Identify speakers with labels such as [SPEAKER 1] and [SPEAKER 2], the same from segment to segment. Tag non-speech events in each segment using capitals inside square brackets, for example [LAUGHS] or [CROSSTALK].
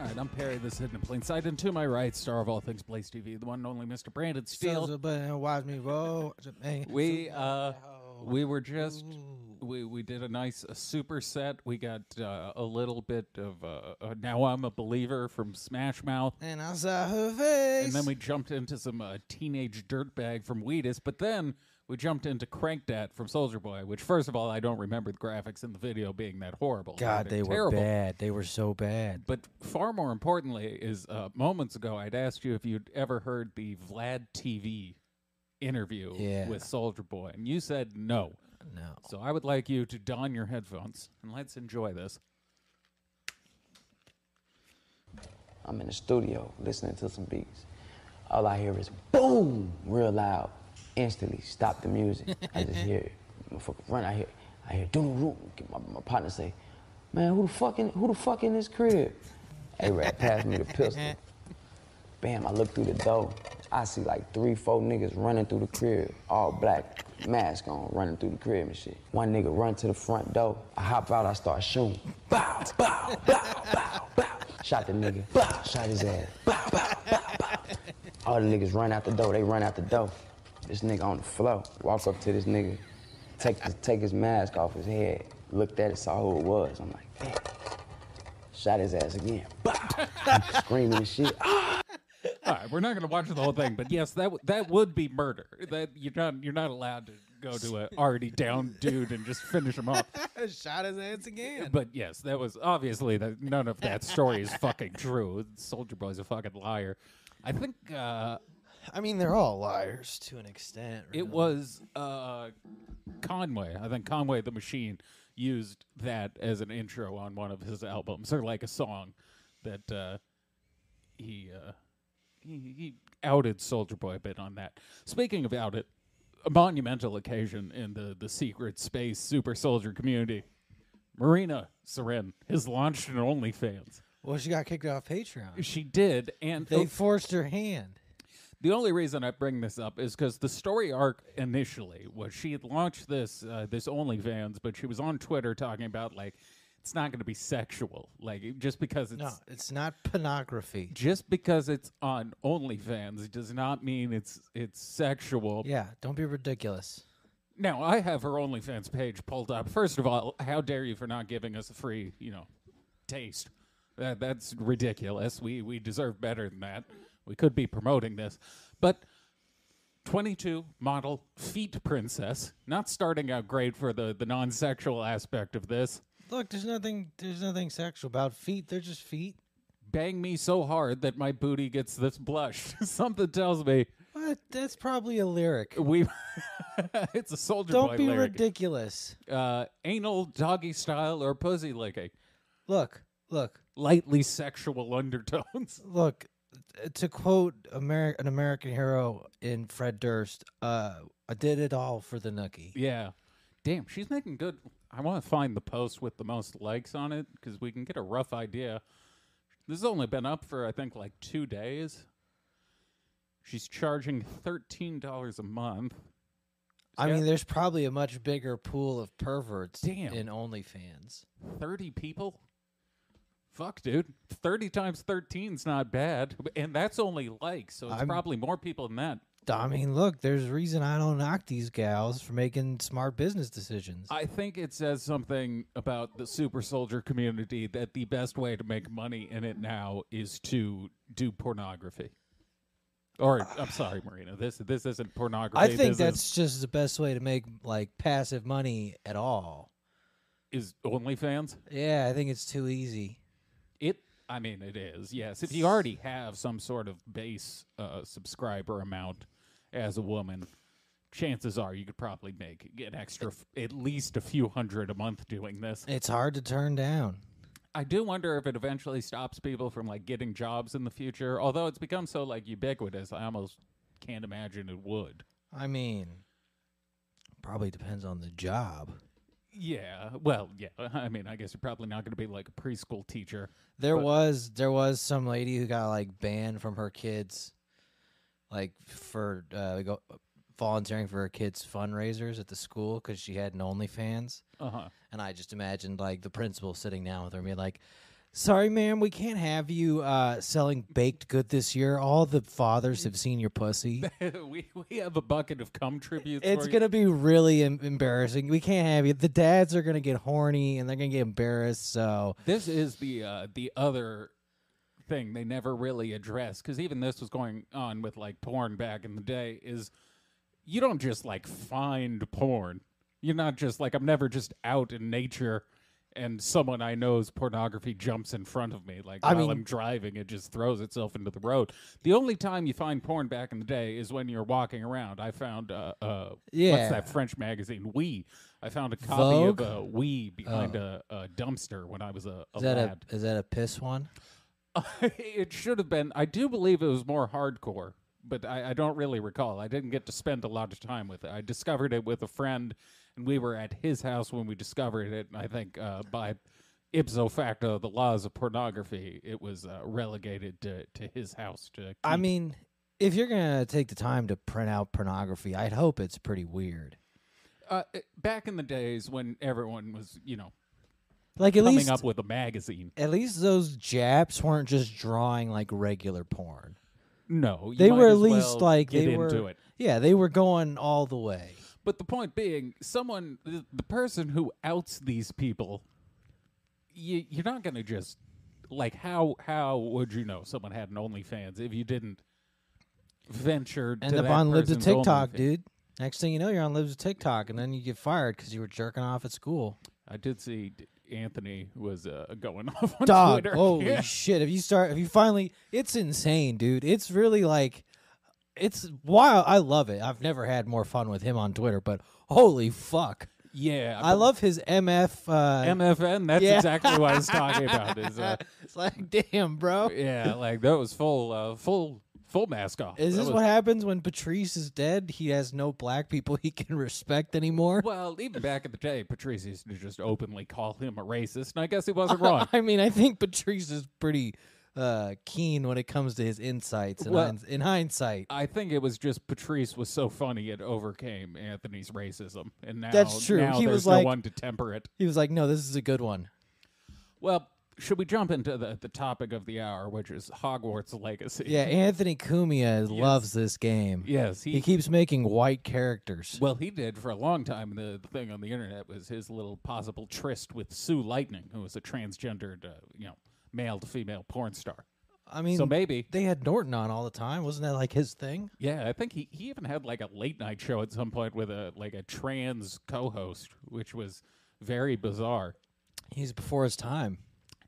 [SPEAKER 1] All right, I'm Perry. This is Hidden in Plain Sight, and to my right, star of all things Blaze TV, the one and only Mr. Brandon Steele.
[SPEAKER 2] watch me roll. Jermaine.
[SPEAKER 1] We uh, we were just we we did a nice uh, super set. We got uh, a little bit of uh, uh, now I'm a believer from Smash Mouth,
[SPEAKER 2] And I saw her face.
[SPEAKER 1] and then we jumped into some uh, teenage dirtbag from Wheatus, but then we jumped into Crank Dat from Soldier Boy. Which, first of all, I don't remember the graphics in the video being that horrible. It
[SPEAKER 2] God,
[SPEAKER 1] would've
[SPEAKER 2] they
[SPEAKER 1] been
[SPEAKER 2] were
[SPEAKER 1] terrible.
[SPEAKER 2] bad. They were so bad.
[SPEAKER 1] But far more importantly is uh, moments ago I'd asked you if you'd ever heard the Vlad TV interview
[SPEAKER 2] Yeah.
[SPEAKER 1] with Soldier Boy, and you said no.
[SPEAKER 2] No.
[SPEAKER 1] So I would like you to don your headphones and let's enjoy this.
[SPEAKER 3] I'm in the studio listening to some beats. All I hear is boom, real loud. Instantly stop the music. I just hear it. motherfucker run. I hear I hear doo doo doo. My, my partner say, man, who the fucking who the fuck in this crib? A rap passed me the pistol. Bam, I look through the door. I see like three, four niggas running through the crib, all black, mask on, running through the crib and shit. One nigga run to the front door. I hop out, I start shooting. Bow, bow, bow, bow, bow. Shot the nigga. Bow, shot his ass. Bow, bow, bow, bow. All the niggas run out the door. They run out the door. This nigga on the floor. Walk up to this nigga, take his, take his mask off his head. Looked at it, saw who it was. I'm like, damn. Shot his ass again. Bow. [LAUGHS] Screaming and shit.
[SPEAKER 1] All right, we're not going to watch the whole thing, but yes, that w- that would be murder. That you're not you're not allowed to go to an already down dude and just finish him off.
[SPEAKER 2] [LAUGHS] Shot his ass again.
[SPEAKER 1] But yes, that was obviously that none of that story is fucking true. Soldier Boy's a fucking liar. I think uh,
[SPEAKER 2] I mean, they're all liars to an extent.
[SPEAKER 1] It was uh, Conway. I think Conway the Machine used that as an intro on one of his albums, or like a song that uh, he, uh, he he outed Soldier Boy a bit on that. Speaking of outed, a monumental occasion in the the secret space super soldier community. Marina Seren has launched an OnlyFans.
[SPEAKER 2] Well, she got kicked off Patreon.
[SPEAKER 1] She did, and
[SPEAKER 2] They forced her hand.
[SPEAKER 1] the only reason I bring this up is because the story arc initially was she had launched this uh, this OnlyFans, but she was on Twitter talking about like it's not going to be sexual, like it- just because it's
[SPEAKER 2] No, it's not pornography.
[SPEAKER 1] just because it's on OnlyFans it does not mean it's it's sexual.
[SPEAKER 2] Yeah, don't be ridiculous.
[SPEAKER 1] Now I have her OnlyFans page pulled up. First of all, how dare you for not giving us a free, you know, taste? That that's ridiculous. We we deserve better than that. We could be promoting this, but. 22 model feet princess not starting out great for the, the non-sexual aspect of this
[SPEAKER 2] Look, there's nothing. There's nothing sexual about feet. They're just feet.
[SPEAKER 1] bang me so hard that my booty gets this blush [LAUGHS] something tells me
[SPEAKER 2] What? That's probably a lyric.
[SPEAKER 1] we [LAUGHS] it's a soldier
[SPEAKER 2] Don't
[SPEAKER 1] boy
[SPEAKER 2] be
[SPEAKER 1] lyric.
[SPEAKER 2] ridiculous.
[SPEAKER 1] uh, anal doggy style or pussy licking
[SPEAKER 2] Look, look,
[SPEAKER 1] lightly sexual undertones. [LAUGHS]
[SPEAKER 2] look. uh, To quote Ameri- an American hero in Fred Durst, uh, "I did it all for the nookie."
[SPEAKER 1] yeah. Damn, she's making good. I want to find the post with the most likes on it because we can get a rough idea. This has only been up for, I think, like two days. She's charging $13 a month.
[SPEAKER 2] I mean, there's probably a much bigger pool of perverts
[SPEAKER 1] Damn.
[SPEAKER 2] in OnlyFans.
[SPEAKER 1] 30 people? Fuck, dude. 30 times 13's not bad. And that's only likes, so it's
[SPEAKER 2] I'm-
[SPEAKER 1] probably more people than that.
[SPEAKER 2] I mean, look, there's a reason I don't knock these gals for making smart business decisions.
[SPEAKER 1] I think it says something about the super soldier community that the best way to make money in it now is to do pornography. Or I'm sorry, Marina. This this isn't pornography.
[SPEAKER 2] I think
[SPEAKER 1] this
[SPEAKER 2] that's just the best way to make like passive money at all.
[SPEAKER 1] is, is OnlyFans.
[SPEAKER 2] Yeah, I think it's too easy.
[SPEAKER 1] It. I mean, it is. Yes, if you already have some sort of base uh, subscriber amount as a woman, chances are you could probably make an extra, f- at least a few hundred a month doing this.
[SPEAKER 2] It's hard to turn down.
[SPEAKER 1] I do wonder if it eventually stops people from like getting jobs in the future. Although it's become so like ubiquitous, I almost can't imagine it would.
[SPEAKER 2] I mean, probably depends on the job.
[SPEAKER 1] Yeah. Well, yeah. [LAUGHS] I mean, I guess you're probably not going to be like a preschool teacher.
[SPEAKER 2] There was there was some lady who got like banned from her kids, like for uh, go, volunteering for her kids' fundraisers at the school because she had an OnlyFans.
[SPEAKER 1] Uh huh.
[SPEAKER 2] And I just imagined like the principal sitting down with her and being like, "Sorry, ma'am, we can't have you uh, selling baked good this year. All the fathers have seen your
[SPEAKER 1] [LAUGHS]
[SPEAKER 2] pussy.
[SPEAKER 1] [LAUGHS] we we have a bucket of cum tributes.
[SPEAKER 2] It's
[SPEAKER 1] for you.
[SPEAKER 2] gonna be really em- embarrassing. We can't have you. The dads are gonna get horny and they're gonna get embarrassed. So
[SPEAKER 1] This is the uh, the other thing they never really address because even this was going on with like porn back in the day. Is you don't just like find porn. You're not just like I'm never just out in nature and someone I know's pornography jumps in front of me. Like
[SPEAKER 2] I
[SPEAKER 1] while
[SPEAKER 2] mean-
[SPEAKER 1] I'm driving, it just throws itself into the road. The only time you find porn back in the day is when you're walking around. I found uh, uh what's
[SPEAKER 2] Yeah.
[SPEAKER 1] that French magazine? We. I found a copy
[SPEAKER 2] Vogue?
[SPEAKER 1] of uh, We behind a, a dumpster when I was a, a
[SPEAKER 2] Oh. is that
[SPEAKER 1] lad. [LAUGHS]
[SPEAKER 2] a is that a piss one?
[SPEAKER 1] it should have been. I do believe it was more hardcore, but I, I don't really recall. I didn't get to spend a lot of time with it. I discovered it with a friend, and we were at his house when we discovered it. And I think uh, by ipso facto, the laws of pornography, it was uh, relegated to, to his house. To
[SPEAKER 2] I
[SPEAKER 1] keep.
[SPEAKER 2] mean, if you're gonna take the time to print out pornography, I'd hope it's pretty weird.
[SPEAKER 1] uh, it- back in the days when everyone was, you know,
[SPEAKER 2] Like at
[SPEAKER 1] coming
[SPEAKER 2] least
[SPEAKER 1] up with a magazine.
[SPEAKER 2] at least those Japs weren't just drawing like regular porn.
[SPEAKER 1] No, you
[SPEAKER 2] They
[SPEAKER 1] might
[SPEAKER 2] were at
[SPEAKER 1] as
[SPEAKER 2] least
[SPEAKER 1] well
[SPEAKER 2] like
[SPEAKER 1] get
[SPEAKER 2] they
[SPEAKER 1] into
[SPEAKER 2] were.
[SPEAKER 1] it.
[SPEAKER 2] Yeah, they were going all the way.
[SPEAKER 1] But the point being, someone, the, the person who outs these people, you, you're not going to just like how how would you know someone had an OnlyFans if you didn't venture
[SPEAKER 2] And
[SPEAKER 1] to
[SPEAKER 2] up
[SPEAKER 1] that
[SPEAKER 2] on lives of
[SPEAKER 1] person's
[SPEAKER 2] TikTok,
[SPEAKER 1] OnlyFans?
[SPEAKER 2] dude. Next thing you know, you're on lives of TikTok, and then you get fired because you were jerking off at school.
[SPEAKER 1] I did see D- Anthony was uh, going [LAUGHS] off on
[SPEAKER 2] Dog,
[SPEAKER 1] Twitter.
[SPEAKER 2] holy
[SPEAKER 1] Yeah.
[SPEAKER 2] shit! If you start, if you finally, it's insane, dude. It's really like, it's wild. I love it. I've never had more fun with him on Twitter, but holy fuck,
[SPEAKER 1] yeah,
[SPEAKER 2] I love his MF. Uh,
[SPEAKER 1] [LAUGHS] MFN. That's
[SPEAKER 2] Yeah.
[SPEAKER 1] exactly what I was talking about. Is uh,
[SPEAKER 2] [LAUGHS] it's like, damn, bro.
[SPEAKER 1] yeah, like that was full uh, full full mask off.
[SPEAKER 2] Is
[SPEAKER 1] That
[SPEAKER 2] this
[SPEAKER 1] was-
[SPEAKER 2] what happens when Patrice is dead? He has no black people he can respect anymore.
[SPEAKER 1] Well, even back in the day, Patrice used to just openly call him a racist, and I guess he wasn't wrong.
[SPEAKER 2] [LAUGHS] [LAUGHS] I mean, I think Patrice is pretty uh, keen when it comes to his insights. In,
[SPEAKER 1] Well-
[SPEAKER 2] hinds- in hindsight,
[SPEAKER 1] I think it was just Patrice was so funny it overcame Anthony's racism, and now
[SPEAKER 2] That's true.
[SPEAKER 1] Now
[SPEAKER 2] He
[SPEAKER 1] there's
[SPEAKER 2] was
[SPEAKER 1] no
[SPEAKER 2] like-
[SPEAKER 1] one to temper it.
[SPEAKER 2] he was like, "No, this is a good one."
[SPEAKER 1] Well, should we jump into the the topic of the hour, which is Hogwarts Legacy?
[SPEAKER 2] Yeah, Anthony Cumia loves this game.
[SPEAKER 1] Yes, he.
[SPEAKER 2] He keeps making white characters.
[SPEAKER 1] well, he did for a long time. The, the thing on the internet was his little possible tryst with Sue Lightning, who was a transgendered, uh, you know, male to female porn star.
[SPEAKER 2] I mean,
[SPEAKER 1] so maybe
[SPEAKER 2] they had Norton on all the time. Wasn't that like his thing?
[SPEAKER 1] Yeah, I think he, he even had like a late night show at some point with a like a trans co-host, which was very bizarre.
[SPEAKER 2] He's before his time.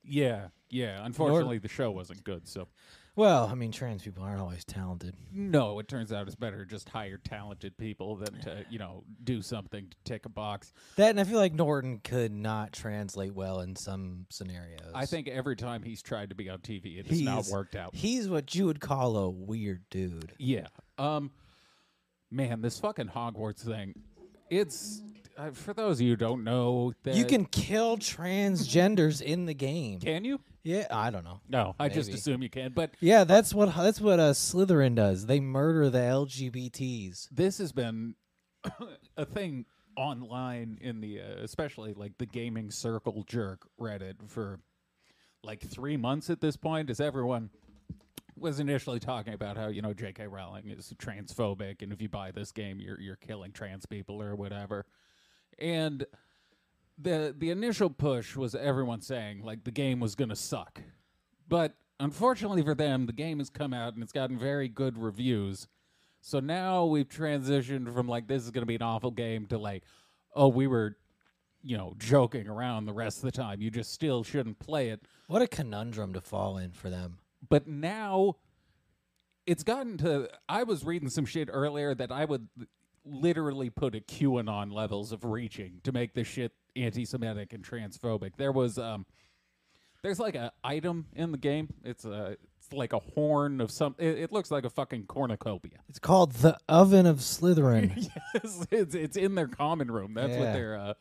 [SPEAKER 1] Yeah, yeah. Unfortunately, the show wasn't good. So
[SPEAKER 2] Well, I mean, trans people aren't always talented.
[SPEAKER 1] no, it turns out it's better to just hire talented people than to you know do something to tick a box.
[SPEAKER 2] That, and I feel like Norton could not translate well in some scenarios.
[SPEAKER 1] I think every time he's tried to be on TV, it has not worked out.
[SPEAKER 2] He's what you would call a weird dude.
[SPEAKER 1] Yeah. Um, man, this fucking Hogwarts thing. It's uh, for those of you who don't know that
[SPEAKER 2] You can kill transgenders in the game.
[SPEAKER 1] can you?
[SPEAKER 2] Yeah, I don't know.
[SPEAKER 1] No, I just
[SPEAKER 2] Maybe.
[SPEAKER 1] assume you can, but.
[SPEAKER 2] Yeah, that's what that's what uh, Slytherin does. They murder the LGBTs.
[SPEAKER 1] this has been [COUGHS] a thing online in the uh, especially like the gaming circle jerk reddit for like three months at this point as everyone was initially talking about how you know jk rowling is transphobic and if you buy this game you're you're killing trans people or whatever and the the initial push was everyone saying like the game was gonna suck but unfortunately for them the game has come out and it's gotten very good reviews so now we've transitioned from like this is going to be an awful game to like, oh, we were, you know, joking around the rest of the time. You just still shouldn't play it.
[SPEAKER 2] What a conundrum to fall in for them.
[SPEAKER 1] But now it's gotten to. I was reading some shit earlier that I would literally put a QAnon levels of reaching to make this shit anti-Semitic and transphobic. There was um, There's like a item in the game. It's a it's like a horn of some. It, it looks like a fucking cornucopia.
[SPEAKER 2] It's called the Oven of
[SPEAKER 1] [LAUGHS]
[SPEAKER 2] Slytherin. Uh,
[SPEAKER 1] Yes, it's it's in their common room. That's what
[SPEAKER 2] Yeah.
[SPEAKER 1] their uh,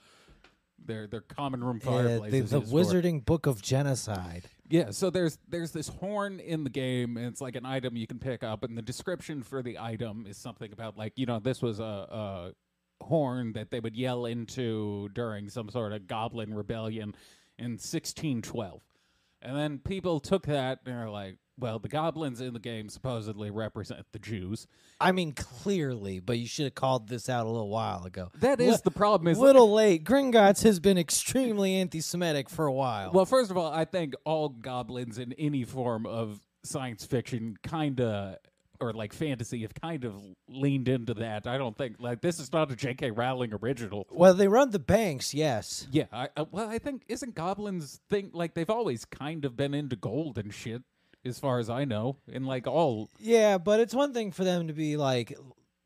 [SPEAKER 1] their their common room
[SPEAKER 2] Uh,
[SPEAKER 1] fireplace
[SPEAKER 2] the
[SPEAKER 1] is
[SPEAKER 2] the
[SPEAKER 1] used for.
[SPEAKER 2] Wizarding Book of Genocide.
[SPEAKER 1] Yeah, so there's there's this horn in the game, and it's like an item you can pick up, and the description for the item is something about like you know this was a, a horn that they would yell into during some sort of goblin rebellion in 1612, and then people took that and are like, well, the goblins in the game supposedly represent the Jews.
[SPEAKER 2] I mean, clearly, but you should have called this out a little while ago.
[SPEAKER 1] That is
[SPEAKER 2] Li-
[SPEAKER 1] the problem. Is [LAUGHS]
[SPEAKER 2] little late. Gringotts has been extremely anti-Semitic for a while.
[SPEAKER 1] Well, first of all, I think all goblins in any form of science fiction kind of or like fantasy have kind of leaned into that. I don't think like this is not a J.K. Rowling original.
[SPEAKER 2] well, they run the banks, yes.
[SPEAKER 1] Yeah, I, I, well, I think isn't goblins think like they've always kind of been into gold and shit, as far as I know, and like all
[SPEAKER 2] Yeah, but it's one thing for them to be like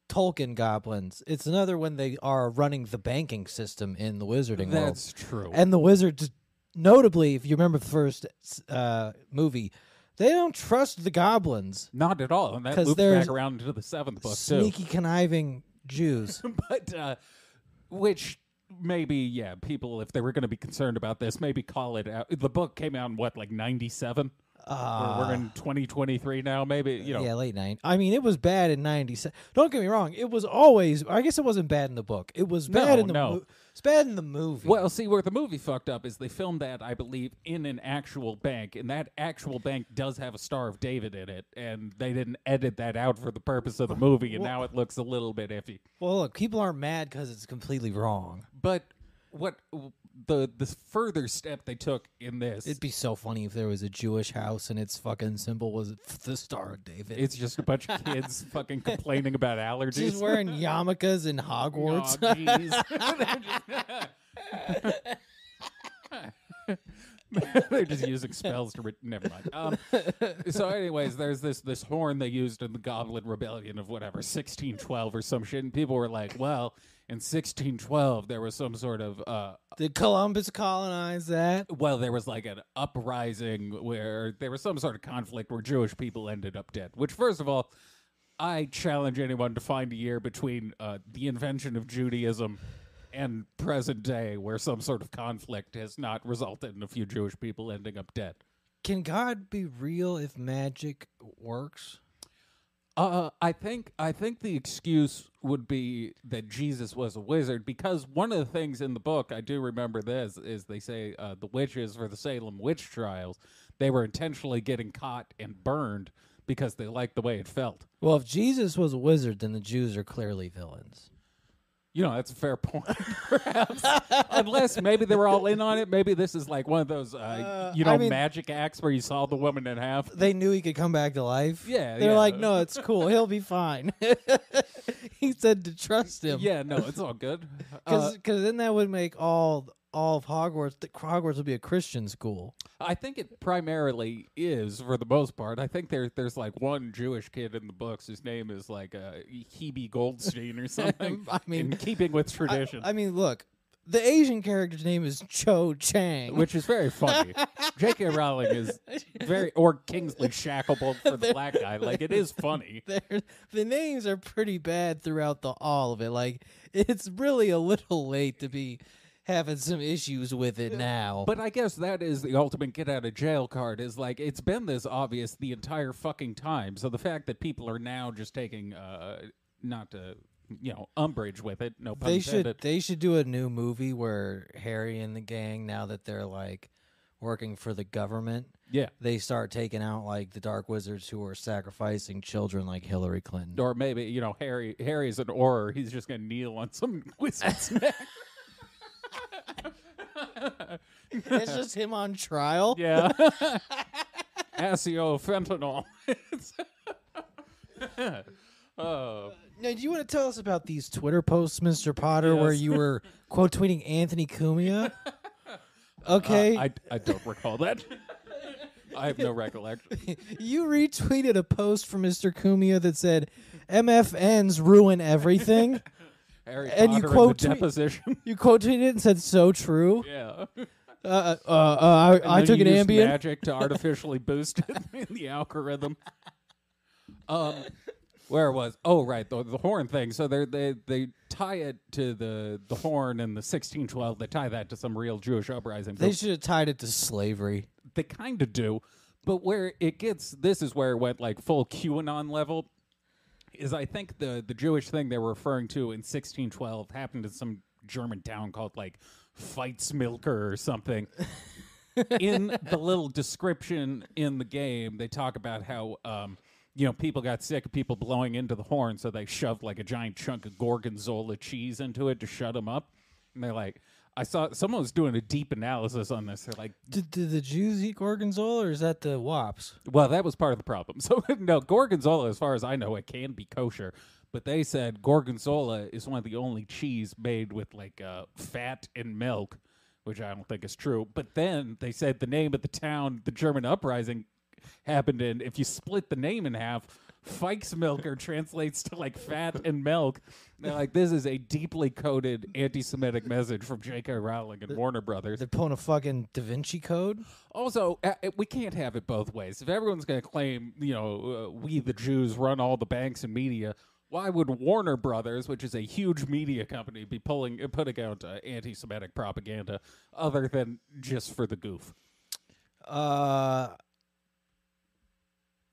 [SPEAKER 2] Tolkien goblins. It's another when they are running the banking system in the wizarding world.
[SPEAKER 1] that's true.
[SPEAKER 2] And the wizards, notably, if you remember the first uh, movie, they don't trust the goblins.
[SPEAKER 1] not at all, and that
[SPEAKER 2] 'Cause
[SPEAKER 1] loops
[SPEAKER 2] there's
[SPEAKER 1] back around to the seventh book too.
[SPEAKER 2] Sneaky, conniving
[SPEAKER 1] [LAUGHS]
[SPEAKER 2] Jews.
[SPEAKER 1] but uh, which maybe yeah people if they were going to be concerned about this maybe call it out the book came out in what like 97 we're, we're in 2023 now maybe you know
[SPEAKER 2] Yeah, late nine. I mean, it was bad in ninety. Don't get me wrong. It was always. I guess it wasn't bad in the book. It was bad
[SPEAKER 1] No,
[SPEAKER 2] in the.
[SPEAKER 1] no.
[SPEAKER 2] mo- it's bad in the movie.
[SPEAKER 1] well see where the movie fucked up is they filmed that i believe in an actual bank and that actual bank does have a star of david in it and they didn't edit that out for the purpose of the movie and now it looks a little bit iffy
[SPEAKER 2] well, look, people aren't mad because it's completely wrong.
[SPEAKER 1] but what the the further step they took in this
[SPEAKER 2] It'd be so funny if there was a Jewish house and its fucking symbol was the Star of David.
[SPEAKER 1] it's just a bunch of kids fucking complaining about allergies
[SPEAKER 2] She's wearing yarmulkes in Hogwarts.
[SPEAKER 1] Oh, [LAUGHS] jeez. They're just using spells to. Re- Never mind. Um, so, anyways, there's this this horn they used in the Goblin Rebellion of whatever 1612 or some shit, and people were like, "Well, in 1612 there was some sort of uh,
[SPEAKER 2] Did Columbus colonize that?
[SPEAKER 1] well, there was like an uprising where there was some sort of conflict where Jewish people ended up dead. Which, first of all, I challenge anyone to find a year between uh, the invention of Judaism and present day where some sort of conflict has not resulted in a few Jewish people ending up dead.
[SPEAKER 2] Can God be real if magic works?
[SPEAKER 1] Uh, I think I think the excuse would be that Jesus was a wizard because one of the things in the book I do remember this is they say uh, the witches for the Salem witch trials they were intentionally getting caught and burned because they liked the way it felt.
[SPEAKER 2] Well, if Jesus was a wizard, then the Jews are clearly villains.
[SPEAKER 1] You know that's a fair [LAUGHS] point, perhaps. Unless maybe they were all in on it. Maybe this is like one of those uh, you know
[SPEAKER 2] I mean-
[SPEAKER 1] magic acts where you saw the woman in
[SPEAKER 2] [LAUGHS]
[SPEAKER 1] half.
[SPEAKER 2] They knew he could come back to life.
[SPEAKER 1] Yeah,
[SPEAKER 2] They're
[SPEAKER 1] yeah.
[SPEAKER 2] like, no, it's cool. He'll be fine. [LAUGHS] he said to trust him.
[SPEAKER 1] Yeah, no, it's all good. Uh,
[SPEAKER 2] Because then that would make all all of Hogwarts, the Hogwarts would be a Christian school.
[SPEAKER 1] I think it primarily is for the most part. I think there there's like one Jewish kid in the books. His name is like uh, Hebe Goldstein or something.
[SPEAKER 2] [LAUGHS] I mean-
[SPEAKER 1] in keeping with tradition,
[SPEAKER 2] I [LAUGHS] mean, look, the Asian character's name is Cho Chang. [LAUGHS]
[SPEAKER 1] which is very funny. J.K. Rowling is very or Kingsley Shacklebolt for the black guy. Like it is funny.
[SPEAKER 2] There's, the names are pretty bad throughout the all of it. Like it's really a little late to be having some issues with it now.
[SPEAKER 1] But I guess that is the ultimate get out of jail card. Is like it's been this obvious the entire fucking time. So the fact that people are now just taking uh, not to you know umbrage with it. No pun
[SPEAKER 2] they
[SPEAKER 1] intended.
[SPEAKER 2] should they should do a new movie where Harry and the gang now that they're like working for the government,
[SPEAKER 1] yeah.
[SPEAKER 2] they start taking out like the dark wizards who are sacrificing children like Hillary Clinton.
[SPEAKER 1] or maybe you know Harry Harry's an orer. He's just gonna kneel on some [LAUGHS] wizard's neck.
[SPEAKER 2] it's just him on trial.
[SPEAKER 1] Yeah, Asio fentanyl. oh,
[SPEAKER 2] Now, do you want to tell us about these Twitter posts, Mr. Potter, where you were
[SPEAKER 1] [LAUGHS]
[SPEAKER 2] quote tweeting Anthony Cumia? Uh, Okay.
[SPEAKER 1] Uh, I I don't recall that. I have no recollection.
[SPEAKER 2] You retweeted a post from Mr. Cumia that said, MFNs ruin everything.
[SPEAKER 1] [LAUGHS] Harry
[SPEAKER 2] And you
[SPEAKER 1] Potter and
[SPEAKER 2] quote
[SPEAKER 1] the
[SPEAKER 2] tweet-
[SPEAKER 1] deposition. [LAUGHS]
[SPEAKER 2] you quote tweeted it and said, so true.
[SPEAKER 1] yeah,
[SPEAKER 4] uh, uh, uh,
[SPEAKER 1] And
[SPEAKER 4] I, I
[SPEAKER 1] then
[SPEAKER 4] took
[SPEAKER 1] you
[SPEAKER 4] an
[SPEAKER 1] used
[SPEAKER 4] Ambien.
[SPEAKER 1] Magic to artificially boost [LAUGHS] it in the algorithm. Um, where was? Oh, right, the, the horn thing. So they they they tie it to the the horn and the 1612. They tie that to some real Jewish uprising.
[SPEAKER 2] They
[SPEAKER 1] But
[SPEAKER 2] should have tied it to slavery.
[SPEAKER 1] they kind of do, but where it gets this is where it went like full QAnon level. Is I think the the Jewish thing they were referring to in 1612 happened in some German town called like Feitsmilker or something. in the little description in the game, they talk about how um, you know people got sick of people blowing into the horn, so they shoved like a giant chunk of gorgonzola cheese into it to shut them up. And they're like, I saw someone was doing a deep analysis on this. They're like,
[SPEAKER 2] Did, did the Jews eat gorgonzola, or is that the wops?
[SPEAKER 1] well, that was part of the problem. [LAUGHS] So no, gorgonzola, as far as I know, it can be kosher, but they said gorgonzola is one of the only cheese made with like uh, fat and milk, which I don't think is true. But then they said the name of the town the German uprising happened in. If you split the name in half. Feichsmilker translates to like fat and milk. They're like, this is a deeply coded anti Semitic message from J.K. Rowling and Warner Brothers.
[SPEAKER 2] They're pulling a fucking Da Vinci Code.
[SPEAKER 1] Also, uh, uh, we can't have it both ways. If everyone's going to claim, you know, uh, we the Jews run all the banks and media, why would Warner Brothers, which is a huge media company, be pulling uh, putting out uh, anti-Semitic propaganda other than just for the goof?
[SPEAKER 2] Uh,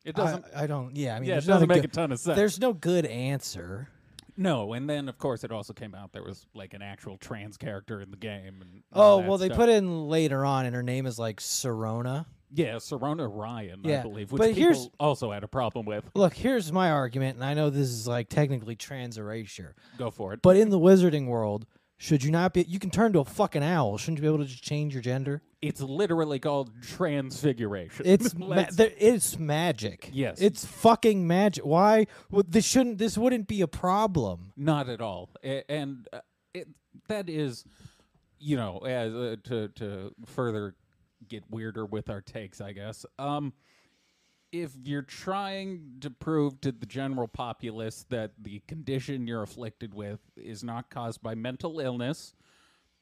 [SPEAKER 1] It
[SPEAKER 2] I,
[SPEAKER 1] doesn't.
[SPEAKER 2] I don't. Yeah, I mean,
[SPEAKER 1] yeah, it
[SPEAKER 2] there's
[SPEAKER 1] doesn't
[SPEAKER 2] not
[SPEAKER 1] make a
[SPEAKER 2] good-
[SPEAKER 1] ton of sense.
[SPEAKER 2] There's no good answer.
[SPEAKER 1] no, and then of course it also came out there was like an actual trans character in the game. And all
[SPEAKER 2] Oh
[SPEAKER 1] that
[SPEAKER 2] well, they
[SPEAKER 1] stuff.
[SPEAKER 2] put in later on, and her name is like Serona.
[SPEAKER 1] yeah, Serona Ryan, I
[SPEAKER 2] Yeah,
[SPEAKER 1] believe, which
[SPEAKER 2] but
[SPEAKER 1] people
[SPEAKER 2] here's-
[SPEAKER 1] also had a problem with.
[SPEAKER 2] Look, here's my argument, and I know this is like technically trans erasure,
[SPEAKER 1] Go for it.
[SPEAKER 2] but in the wizarding world, should you not be? You can turn to a fucking owl. Shouldn't you be able to just change your gender?
[SPEAKER 1] It's literally called transfiguration. [LAUGHS]
[SPEAKER 2] It's ma-
[SPEAKER 1] Let's-
[SPEAKER 2] there, it's magic.
[SPEAKER 1] Yes.
[SPEAKER 2] it's fucking magic. Why would this shouldn't this wouldn't be a problem?
[SPEAKER 1] Not at all. A- And uh, it, that is, you know, as uh, to to further get weirder with our takes, I guess. Um, if you're trying to prove to the general populace that the condition you're afflicted with is not caused by mental illness,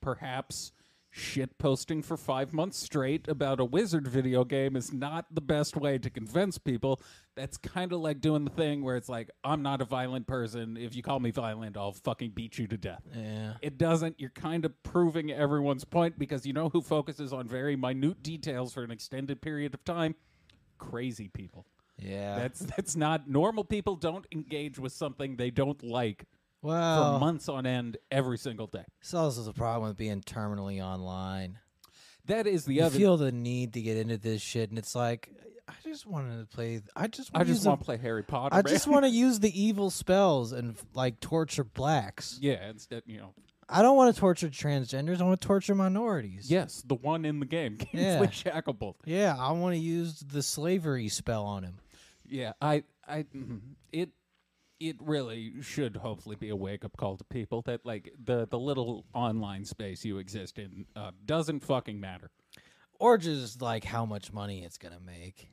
[SPEAKER 1] perhaps shit posting for five months straight about a wizard video game is not the best way to convince people. That's kind of like doing the thing where it's like, I'm not a violent person. If you call me violent, I'll fucking beat you to death.
[SPEAKER 2] Yeah.
[SPEAKER 1] It doesn't. You're kind of proving everyone's point because you know who focuses on very minute details for an extended period of time? Crazy people.
[SPEAKER 2] Yeah.
[SPEAKER 1] That's that's not normal people don't engage with something they don't like
[SPEAKER 2] well,
[SPEAKER 1] for months on end every single day.
[SPEAKER 2] This also is a problem with being terminally online.
[SPEAKER 1] That is the
[SPEAKER 2] You
[SPEAKER 1] other
[SPEAKER 2] feel the need to get into this shit, and it's like, I just wanted to play. I just,
[SPEAKER 1] I
[SPEAKER 2] wanna
[SPEAKER 1] just
[SPEAKER 2] use a-
[SPEAKER 1] want to play Harry Potter.
[SPEAKER 2] I just
[SPEAKER 1] man.
[SPEAKER 2] want to use the evil spells and like torture blacks.
[SPEAKER 1] [LAUGHS] Yeah, instead, you know.
[SPEAKER 2] I don't want to torture transgenders. I want to torture minorities.
[SPEAKER 1] Yes, the one in the game, [LAUGHS] Kingsley
[SPEAKER 2] Yeah.
[SPEAKER 1] Shacklebolt.
[SPEAKER 2] Yeah, I want to use the slavery spell on him.
[SPEAKER 1] Yeah, I, I, mm, it, it really should hopefully be a wake up call to people that like the the little online space you exist in uh, doesn't fucking matter.
[SPEAKER 2] Or just like how much money it's going to make.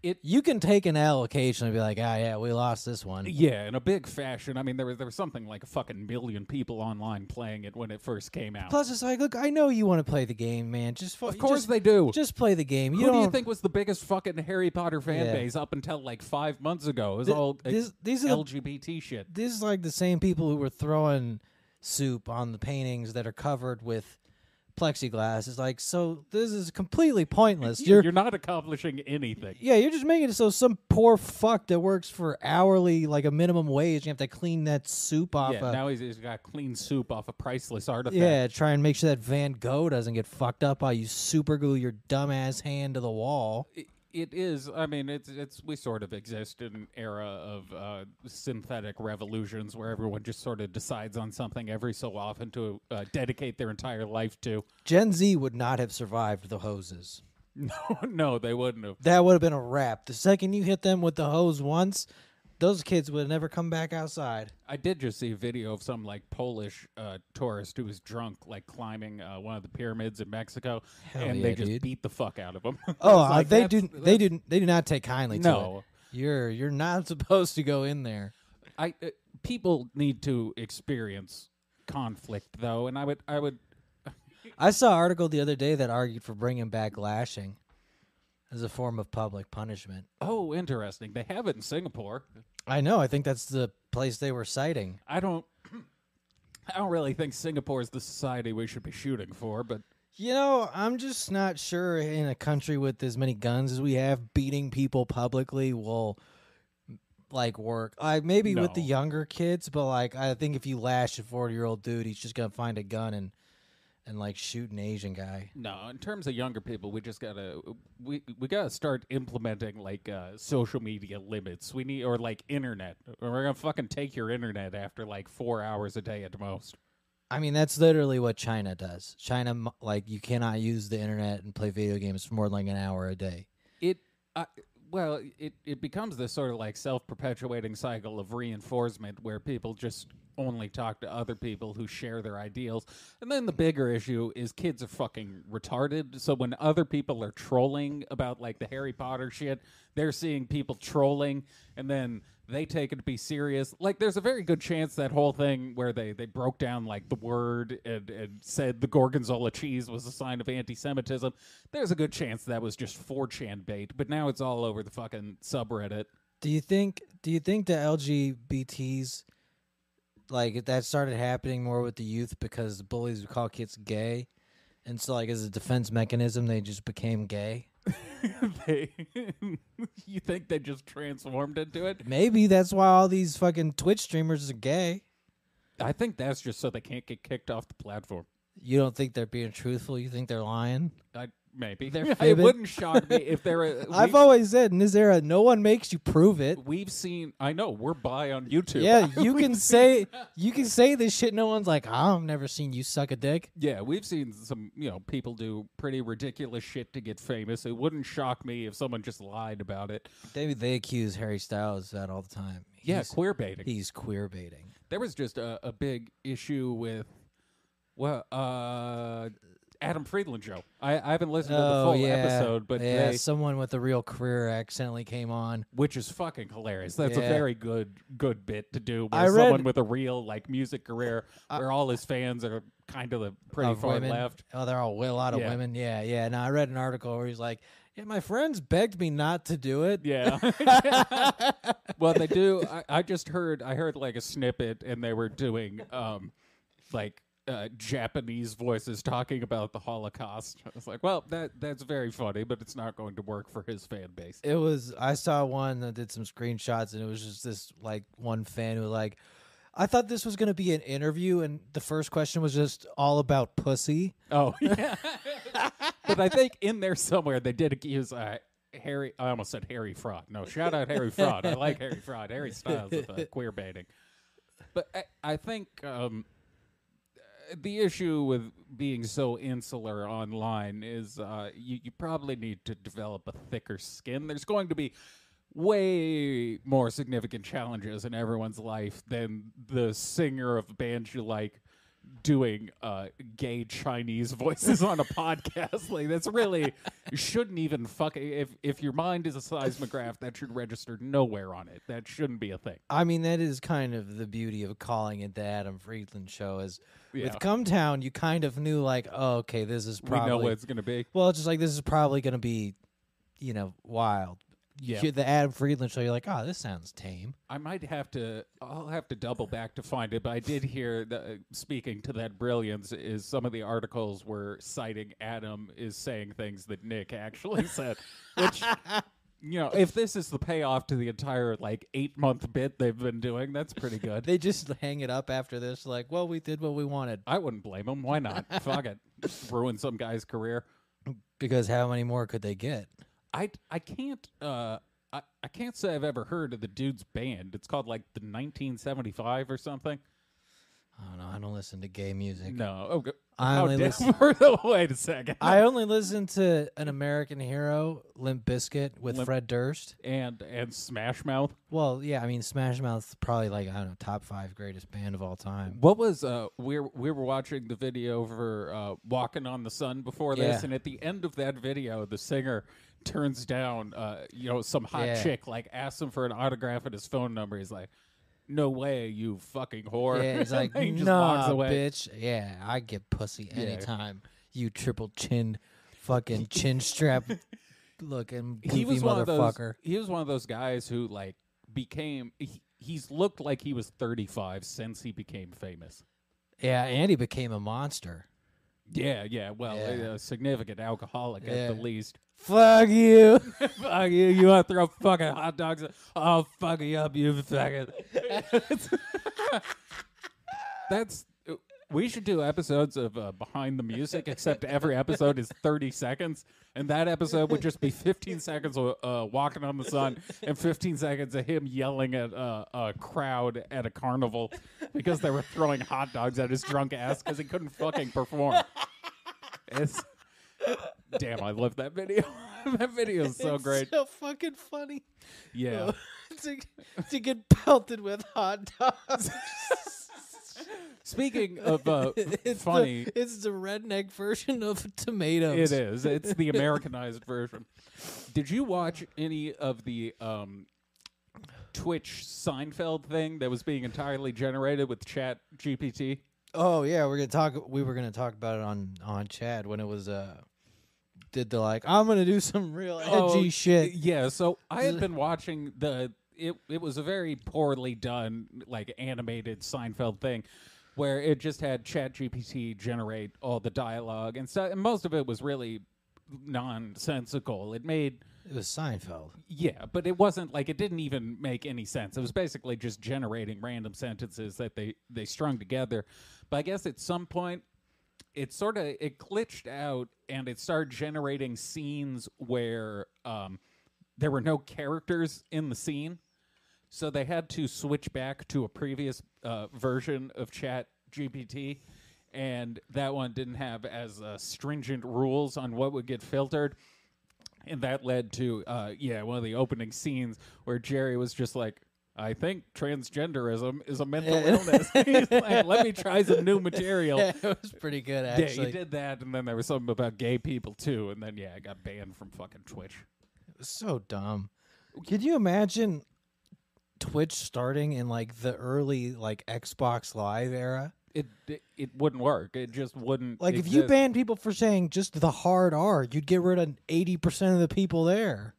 [SPEAKER 1] It-
[SPEAKER 2] You can take an L occasionally and be like, ah, yeah, we lost this one.
[SPEAKER 1] Yeah, in a big fashion. I mean, there was there was something like a fucking million people online playing it when it first came out.
[SPEAKER 2] Plus, it's like, look, I know you want to play the game, man. Just fu-
[SPEAKER 1] Of course
[SPEAKER 2] just-
[SPEAKER 1] they do.
[SPEAKER 2] Just play the game. You
[SPEAKER 1] Who do you
[SPEAKER 2] don't-
[SPEAKER 1] think was the biggest fucking Harry Potter fan
[SPEAKER 2] Yeah.
[SPEAKER 1] base up until like five months ago? It was
[SPEAKER 2] Th-
[SPEAKER 1] all like,
[SPEAKER 2] this- these are the-
[SPEAKER 1] LGBT shit.
[SPEAKER 2] this is like the same people who were throwing soup on the paintings that are covered with plexiglass. It's like, so this is completely pointless.
[SPEAKER 1] You're,
[SPEAKER 2] You're,
[SPEAKER 1] you're not accomplishing anything.
[SPEAKER 2] yeah, you're just making it so some poor fuck that works for hourly, like a minimum wage, you have to clean that soup off.
[SPEAKER 1] Yeah,
[SPEAKER 2] a,
[SPEAKER 1] now he's, he's got clean soup off a priceless artifact.
[SPEAKER 2] yeah, try and make sure that Van Gogh doesn't get fucked up while you super glue your dumbass hand to the wall.
[SPEAKER 1] I- it is. I mean, it's it's we sort of exist in an era of uh, synthetic revolutions where everyone just sort of decides on something every so often to uh, dedicate their entire life to. [LAUGHS]
[SPEAKER 2] Gen Z would not have survived the hoses.
[SPEAKER 1] No, Oh, no, they wouldn't have.
[SPEAKER 2] That would have been a wrap. The second you hit them with the hose once, those kids would have never come back outside.
[SPEAKER 1] I did just see a video of some like Polish uh, tourist who was drunk, like climbing uh, one of the pyramids in Mexico, and they
[SPEAKER 2] yeah,
[SPEAKER 1] just
[SPEAKER 2] dude.
[SPEAKER 1] beat the fuck out of him. [LAUGHS]
[SPEAKER 2] Oh,
[SPEAKER 1] It's like,
[SPEAKER 2] uh, they
[SPEAKER 1] that's-
[SPEAKER 2] do. They do. They do not take kindly
[SPEAKER 1] No.
[SPEAKER 2] to it. You're you're not [LAUGHS] supposed to go in there.
[SPEAKER 1] I uh, people need to experience conflict though, and I would I would
[SPEAKER 2] I saw an article the other day that argued for bringing back lashing as a form of public punishment.
[SPEAKER 1] Oh, interesting. They have it in Singapore.
[SPEAKER 2] I know. I think that's the place they were citing.
[SPEAKER 1] I don't. [CLEARS THROAT] I don't really think Singapore is the society we should be shooting for, but
[SPEAKER 2] You know, I'm just not sure in a country with as many guns as we have, beating people publicly will like work. I maybe with the
[SPEAKER 1] No.
[SPEAKER 2] younger kids, but like I think if you lash a 40 year old dude, he's just gonna find a gun and and like shoot an Asian guy.
[SPEAKER 1] No, in terms of younger people, we just gotta we we gotta start implementing like uh, social media limits. We need or like internet. Or we're gonna fucking take your internet after like four hours a day at most.
[SPEAKER 2] I mean, that's literally what China does. China, m- like, you cannot use the internet and play video games for more than like an hour a day.
[SPEAKER 1] It, I well, it it becomes this sort of like self perpetuating cycle of reinforcement where people just only talk to other people who share their ideals. And then the bigger issue is kids are fucking retarded. So when other people are trolling about like the Harry Potter shit, they're seeing people trolling and then they take it to be serious. Like there's a very good chance that whole thing where they, they broke down like the word and, and said the Gorgonzola cheese was a sign of anti Semitism. There's a good chance that was just 4chan bait, but now it's all over the fucking subreddit. [LAUGHS]
[SPEAKER 2] Do you think? Do you think the LGBTs, like, that started happening more with the youth because the bullies would call kids gay, and so like as a defense mechanism, they just became gay.
[SPEAKER 1] they [LAUGHS] you think they just transformed into it?
[SPEAKER 2] Maybe that's why all these fucking Twitch streamers are gay.
[SPEAKER 1] I think that's just so they can't get kicked off the platform.
[SPEAKER 2] You don't think they're being truthful? You think they're lying?
[SPEAKER 1] I maybe
[SPEAKER 2] They're
[SPEAKER 1] [LAUGHS] it
[SPEAKER 2] fibbing.
[SPEAKER 1] wouldn't shock me if
[SPEAKER 2] [LAUGHS]
[SPEAKER 1] they're. a-
[SPEAKER 2] I've
[SPEAKER 1] we've-
[SPEAKER 2] always said in this era, no one makes you prove it.
[SPEAKER 1] We've seen. I know we're bi on YouTube. [LAUGHS]
[SPEAKER 2] Yeah, you can say you can say this shit. No one's like, "Oh, I've never seen you suck a dick.
[SPEAKER 1] Yeah, we've seen some, you know, people do pretty ridiculous shit to get famous. It wouldn't shock me if someone just lied about it.
[SPEAKER 2] They they accuse Harry Styles of that all the time.
[SPEAKER 1] Yeah,
[SPEAKER 2] he's,
[SPEAKER 1] queer baiting.
[SPEAKER 2] he's queer baiting.
[SPEAKER 1] there was just a, a big issue with, well, uh, Adam Friedland show. I, I haven't listened to the full episode, but
[SPEAKER 2] Oh, yeah,
[SPEAKER 1] they,
[SPEAKER 2] someone with a real career accidentally came on.
[SPEAKER 1] which is fucking hilarious. That's a
[SPEAKER 2] Yeah.
[SPEAKER 1] very good good bit to do. Where
[SPEAKER 2] I
[SPEAKER 1] someone
[SPEAKER 2] read-
[SPEAKER 1] with a real like music career, where all his fans are kind of the pretty
[SPEAKER 2] of
[SPEAKER 1] far
[SPEAKER 2] women.
[SPEAKER 1] left.
[SPEAKER 2] Oh, they're all a lot of
[SPEAKER 1] Yeah.
[SPEAKER 2] women. Yeah, yeah. Now I read an article where he's like, "Yeah, my friends begged me not to do it."
[SPEAKER 1] Yeah. well, they do. I, I just heard. I heard like a snippet, and they were doing um, like uh, Japanese voices talking about the Holocaust. I was like, well, that that's very funny, but it's not going to work for his fan base.
[SPEAKER 2] It was. I saw one that did some screenshots, and it was just this like one fan who was like, "I thought this was gonna be an interview, and the first question was just all about pussy."
[SPEAKER 1] Oh, yeah. [LAUGHS] but I think in there somewhere they did accuse uh, Harry. I almost said Harry Fraud. No, shout out Harry Fraud. I like Harry Fraud. Harry Styles with the queer baiting. But I, I think um, the issue with being so insular online is uh, you, you probably need to develop a thicker skin. There's going to be way more significant challenges in everyone's life than the singer of a band you like doing uh, gay Chinese [LAUGHS] voices on a podcast. Like that's really you shouldn't even fuck. If if your mind is a seismograph, that should register nowhere on it. That shouldn't be a thing.
[SPEAKER 2] I mean, that is kind of the beauty of calling it the Adam Friedland show. Is
[SPEAKER 1] Yeah.
[SPEAKER 2] with Come Town, you kind of knew like, oh, okay, this is probably
[SPEAKER 1] We know what it's gonna be.
[SPEAKER 2] well, it's just like this is probably gonna be, you know, wild. You
[SPEAKER 1] Yeah.
[SPEAKER 2] hear the Adam Friedland show, you're like, oh, this sounds tame. [LAUGHS]
[SPEAKER 1] I might have to. I'll have to double back to find it. But I did hear that uh, speaking to that brilliance is some of the articles were citing Adam is saying things that Nick actually [LAUGHS] said, which. You know, if this is the payoff to the entire like eight month bit they've been doing, that's pretty good.
[SPEAKER 2] They just hang it up after this, like, well, we did what we wanted.
[SPEAKER 1] I wouldn't blame him. Why not? Fuck it. Ruin some guy's career.
[SPEAKER 2] Because how many more could they get?
[SPEAKER 1] I I can't uh I, I can't say I've ever heard of the dude's band. It's called like the 1975 or something.
[SPEAKER 2] I don't know. I don't listen to gay music.
[SPEAKER 1] No. Okay.
[SPEAKER 2] I
[SPEAKER 1] How
[SPEAKER 2] only
[SPEAKER 1] dare-
[SPEAKER 2] listen-
[SPEAKER 1] [LAUGHS] Wait a second.
[SPEAKER 2] I only listen to An American Hero, Limp Biscuit with Fred Durst.
[SPEAKER 1] and and Smash Mouth.
[SPEAKER 2] Well, yeah, I mean Smash Mouth's probably like I don't know top five greatest band of all time.
[SPEAKER 1] What was uh we were- we were watching the video for uh Walking on the Sun before this
[SPEAKER 2] Yeah.
[SPEAKER 1] and at the end of that video the singer turns down uh you know some hot
[SPEAKER 2] Yeah.
[SPEAKER 1] chick like asks him for an autograph and his phone number. He's like no way, you [LAUGHS] fucking whore.
[SPEAKER 2] Yeah, he's
[SPEAKER 1] And
[SPEAKER 2] like,
[SPEAKER 1] then he just
[SPEAKER 2] nah,
[SPEAKER 1] walks away.
[SPEAKER 2] bitch. Yeah, I get pussy anytime. you triple chin, fucking chin strap, looking
[SPEAKER 1] [LAUGHS]
[SPEAKER 2] goofy
[SPEAKER 1] he was one of those.
[SPEAKER 2] motherfucker.
[SPEAKER 1] He was one of those guys who like became. He, he's looked like he was 35 since he became famous.
[SPEAKER 2] Yeah, Andy became a monster.
[SPEAKER 1] Yeah, yeah. Well,
[SPEAKER 2] Yeah.
[SPEAKER 1] a significant alcoholic
[SPEAKER 2] Yeah.
[SPEAKER 1] at the least.
[SPEAKER 2] Fuck
[SPEAKER 1] [LAUGHS]
[SPEAKER 2] you.
[SPEAKER 1] fuck you! You want to throw fucking hot dogs? at- I'll fuck you up, you fucking. That's. uh, We should do episodes of uh, behind the music, except every episode is thirty seconds, and that episode would just be fifteen seconds of uh, walking on the sun and fifteen seconds of him yelling at uh, a crowd at a carnival because they were throwing hot dogs at his drunk ass because he couldn't fucking perform. It's, damn, I love that video. [LAUGHS] that video is so great.
[SPEAKER 2] so fucking funny. [LAUGHS]
[SPEAKER 1] Yeah.
[SPEAKER 2] to, to get pelted with hot
[SPEAKER 1] [LAUGHS]
[SPEAKER 2] dogs.
[SPEAKER 1] Speaking of uh, funny,
[SPEAKER 2] The, it's the redneck version of [LAUGHS] tomatoes.
[SPEAKER 1] it is. It's the Americanized version. Did you watch any of the um, Twitch Seinfeld thing that was being entirely generated with Chat GPT?
[SPEAKER 2] Oh yeah, we're gonna talk. We were gonna talk about it on on Chad when it was uh did the like I'm gonna do some real edgy
[SPEAKER 1] Oh,
[SPEAKER 2] shit.
[SPEAKER 1] Yeah, so I had been watching the it it was a very poorly done like animated Seinfeld thing where it just had ChatGPT generate all the dialogue and stuff and most of it was really nonsensical. It made
[SPEAKER 2] It was Seinfeld.
[SPEAKER 1] yeah, but it wasn't like it didn't even make any sense. It was basically just generating random sentences that they they strung together. But I guess at some point it sort of it glitched out and it started generating scenes where um there were no characters in the scene. So they had to switch back to a previous uh, version of Chat GPT, and that one didn't have as uh, stringent rules on what would get filtered and that led to uh yeah one of the opening scenes where jerry was just like i think transgenderism is a mental illness [LAUGHS] He's like, let me try some new material
[SPEAKER 2] Yeah, [LAUGHS] it was pretty good
[SPEAKER 1] yeah
[SPEAKER 2] actually.
[SPEAKER 1] you did that and then there was something about gay people too and then yeah i got banned from fucking twitch
[SPEAKER 2] It was so dumb. Could you imagine Twitch starting in like the early like Xbox Live era?
[SPEAKER 1] it it, it wouldn't work it just wouldn't
[SPEAKER 2] Like if you
[SPEAKER 1] exist.
[SPEAKER 2] banned people for saying just the hard R, you'd get rid of eighty percent of the people there.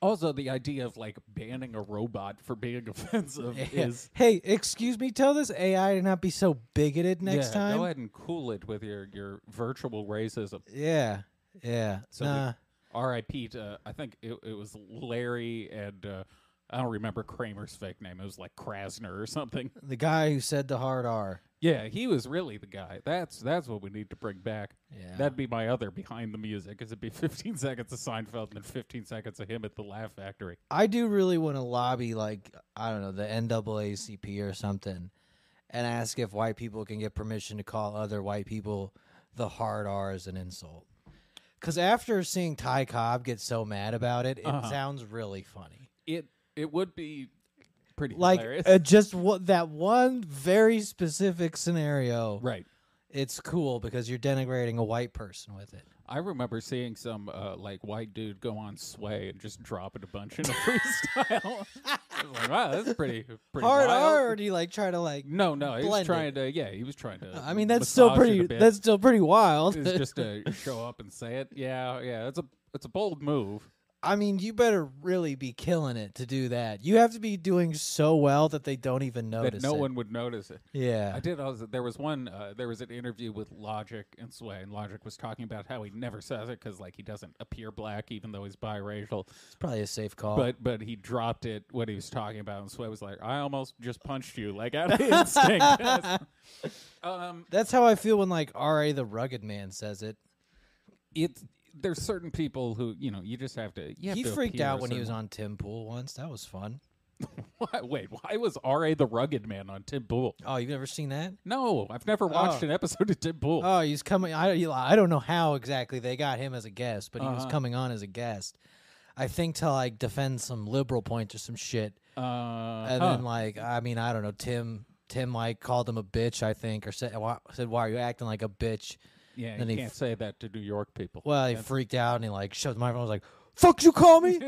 [SPEAKER 1] also the idea of like banning a robot for being [LAUGHS] offensive is
[SPEAKER 2] Hey, excuse me, tell this AI to not be so bigoted next
[SPEAKER 1] yeah,
[SPEAKER 2] time.
[SPEAKER 1] go ahead and cool it with your your virtual racism
[SPEAKER 2] Yeah. Yeah.
[SPEAKER 1] So we-
[SPEAKER 2] nah.
[SPEAKER 1] R.I.P. to I think it, it was Larry and uh, I don't remember Kramer's fake name. It was like Krasner or something.
[SPEAKER 2] the guy who said the hard R.
[SPEAKER 1] Yeah, he was really the guy. That's that's what we need to bring back.
[SPEAKER 2] Yeah.
[SPEAKER 1] That'd be my other behind the music. Cause it'd be [LAUGHS] 15 seconds of Seinfeld and then 15 seconds of him at the Laugh Factory.
[SPEAKER 2] I do really want to lobby, like, I don't know, the NAACP or something and ask if white people can get permission to call other white people the hard R as an insult. Because after seeing Ty Cobb get so mad about it, it
[SPEAKER 1] Uh-huh.
[SPEAKER 2] sounds really funny.
[SPEAKER 1] It it would be pretty
[SPEAKER 2] Like,
[SPEAKER 1] hilarious.
[SPEAKER 2] uh, just what that one very specific scenario,
[SPEAKER 1] right.
[SPEAKER 2] it's cool because you're denigrating a white person with it.
[SPEAKER 1] I remember seeing some uh, like white dude go on sway and just drop it a bunch in a [LAUGHS] freestyle. I was like, wow, that's pretty pretty
[SPEAKER 2] Hard
[SPEAKER 1] wild.
[SPEAKER 2] R, or do you like try to like
[SPEAKER 1] No, no, he was
[SPEAKER 2] blended.
[SPEAKER 1] trying to. Yeah, he was trying to.
[SPEAKER 2] I mean, that's still
[SPEAKER 1] massage it
[SPEAKER 2] pretty.
[SPEAKER 1] a bit.
[SPEAKER 2] That's still pretty wild.
[SPEAKER 1] It's just to show up and say it. Yeah, yeah. It's a it's a bold move.
[SPEAKER 2] I mean, you better really be killing it to do that. You have to be doing so well that they don't even
[SPEAKER 1] That
[SPEAKER 2] notice.
[SPEAKER 1] no
[SPEAKER 2] it.
[SPEAKER 1] one would notice it.
[SPEAKER 2] Yeah.
[SPEAKER 1] I did. Also, there was one. Uh, there was an interview with Logic and Sway, and Logic was talking about how he never says it because like he doesn't appear black, even though he's biracial.
[SPEAKER 2] It's probably a safe call.
[SPEAKER 1] But but he dropped it when he was talking about, it, and Sway was like, "I almost just punched you, like out of
[SPEAKER 2] [LAUGHS]
[SPEAKER 1] instinct." um,
[SPEAKER 2] that's how I feel when like R.A. the Rugged Man says it.
[SPEAKER 1] it's there's certain people who you know you just have to. You have
[SPEAKER 2] He
[SPEAKER 1] to
[SPEAKER 2] freaked
[SPEAKER 1] appear a
[SPEAKER 2] out when he
[SPEAKER 1] certain
[SPEAKER 2] was on Tim Pool once. That was fun.
[SPEAKER 1] [LAUGHS] Why, wait, why was R.A. the Rugged Man on Tim Pool?
[SPEAKER 2] Oh, you've never seen that?
[SPEAKER 1] No, I've never watched
[SPEAKER 2] Oh.
[SPEAKER 1] an episode of Tim Pool.
[SPEAKER 2] Oh, he's coming. I you- I don't know how exactly they got him as a guest, but he was coming on as a guest. I think to like defend some liberal point or some shit.
[SPEAKER 1] Uh,
[SPEAKER 2] and
[SPEAKER 1] huh.
[SPEAKER 2] then like I mean I don't know Tim Tim like called him a bitch I think or said why, said why are you acting like a bitch?
[SPEAKER 1] yeah,
[SPEAKER 2] then
[SPEAKER 1] you
[SPEAKER 2] he
[SPEAKER 1] can't
[SPEAKER 2] f-
[SPEAKER 1] say that to New York people.
[SPEAKER 2] Well, he freaked out and he like shoved my phone. Was like, "Fuck you, call me,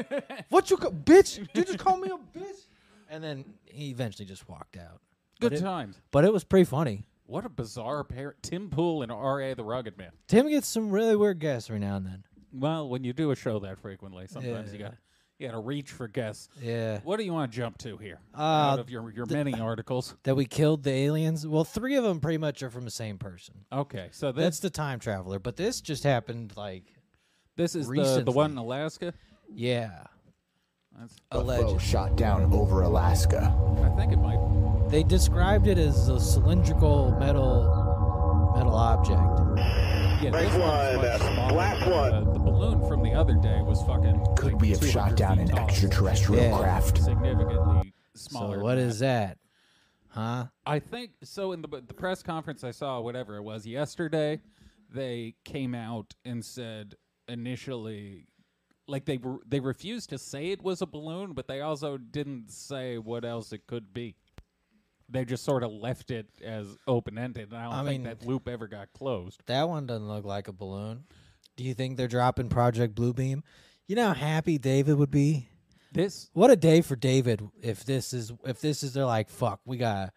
[SPEAKER 2] what you, ca- bitch? Did you just call me a bitch?" And then he eventually just walked out.
[SPEAKER 1] Good
[SPEAKER 2] it-
[SPEAKER 1] times.
[SPEAKER 2] But it was pretty funny.
[SPEAKER 1] What a bizarre pair. Tim Pool and R.A. the Rugged Man.
[SPEAKER 2] Tim gets some really weird guests every now and then.
[SPEAKER 1] Well, when you do a show that frequently, sometimes you
[SPEAKER 2] Yeah.
[SPEAKER 1] got you got to reach for guests.
[SPEAKER 2] Yeah. Uh,
[SPEAKER 1] What do you want to jump to here? Out of your your
[SPEAKER 2] [LAUGHS]
[SPEAKER 1] many articles.
[SPEAKER 2] That we killed the aliens. Well, three of them pretty much are from the same person.
[SPEAKER 1] Okay, so
[SPEAKER 2] That's
[SPEAKER 1] this
[SPEAKER 2] the time traveler, but this just happened like,
[SPEAKER 1] this is the, the one in Alaska.
[SPEAKER 2] yeah.
[SPEAKER 1] That's,
[SPEAKER 4] Buffalo
[SPEAKER 2] Alleged.
[SPEAKER 4] shot down over Alaska.
[SPEAKER 1] I think it might.
[SPEAKER 2] They described it as a cylindrical metal metal object.
[SPEAKER 1] Yeah, this one, is much smaller. Black one. the balloon from the other day was fucking.
[SPEAKER 4] Could
[SPEAKER 1] like
[SPEAKER 4] we have
[SPEAKER 1] 200
[SPEAKER 4] shot down
[SPEAKER 1] feet
[SPEAKER 4] an
[SPEAKER 1] tall.
[SPEAKER 4] extraterrestrial
[SPEAKER 2] Yeah.
[SPEAKER 4] craft?
[SPEAKER 1] Significantly smaller.
[SPEAKER 2] So what
[SPEAKER 1] than that.
[SPEAKER 2] is that? Huh?
[SPEAKER 1] I think so. In the the press conference I saw, whatever it was yesterday, they came out and said initially, like they were they refused to say it was a balloon, but they also didn't say what else it could be. They just sort of left it as open ended, and I don't
[SPEAKER 2] I
[SPEAKER 1] think
[SPEAKER 2] mean-
[SPEAKER 1] that loop ever got closed.
[SPEAKER 2] That one doesn't look like a balloon. Do you think they're dropping Project Bluebeam? You know how happy David would be?
[SPEAKER 1] This
[SPEAKER 2] What a day for David if this is if this is they're like, fuck, we gotta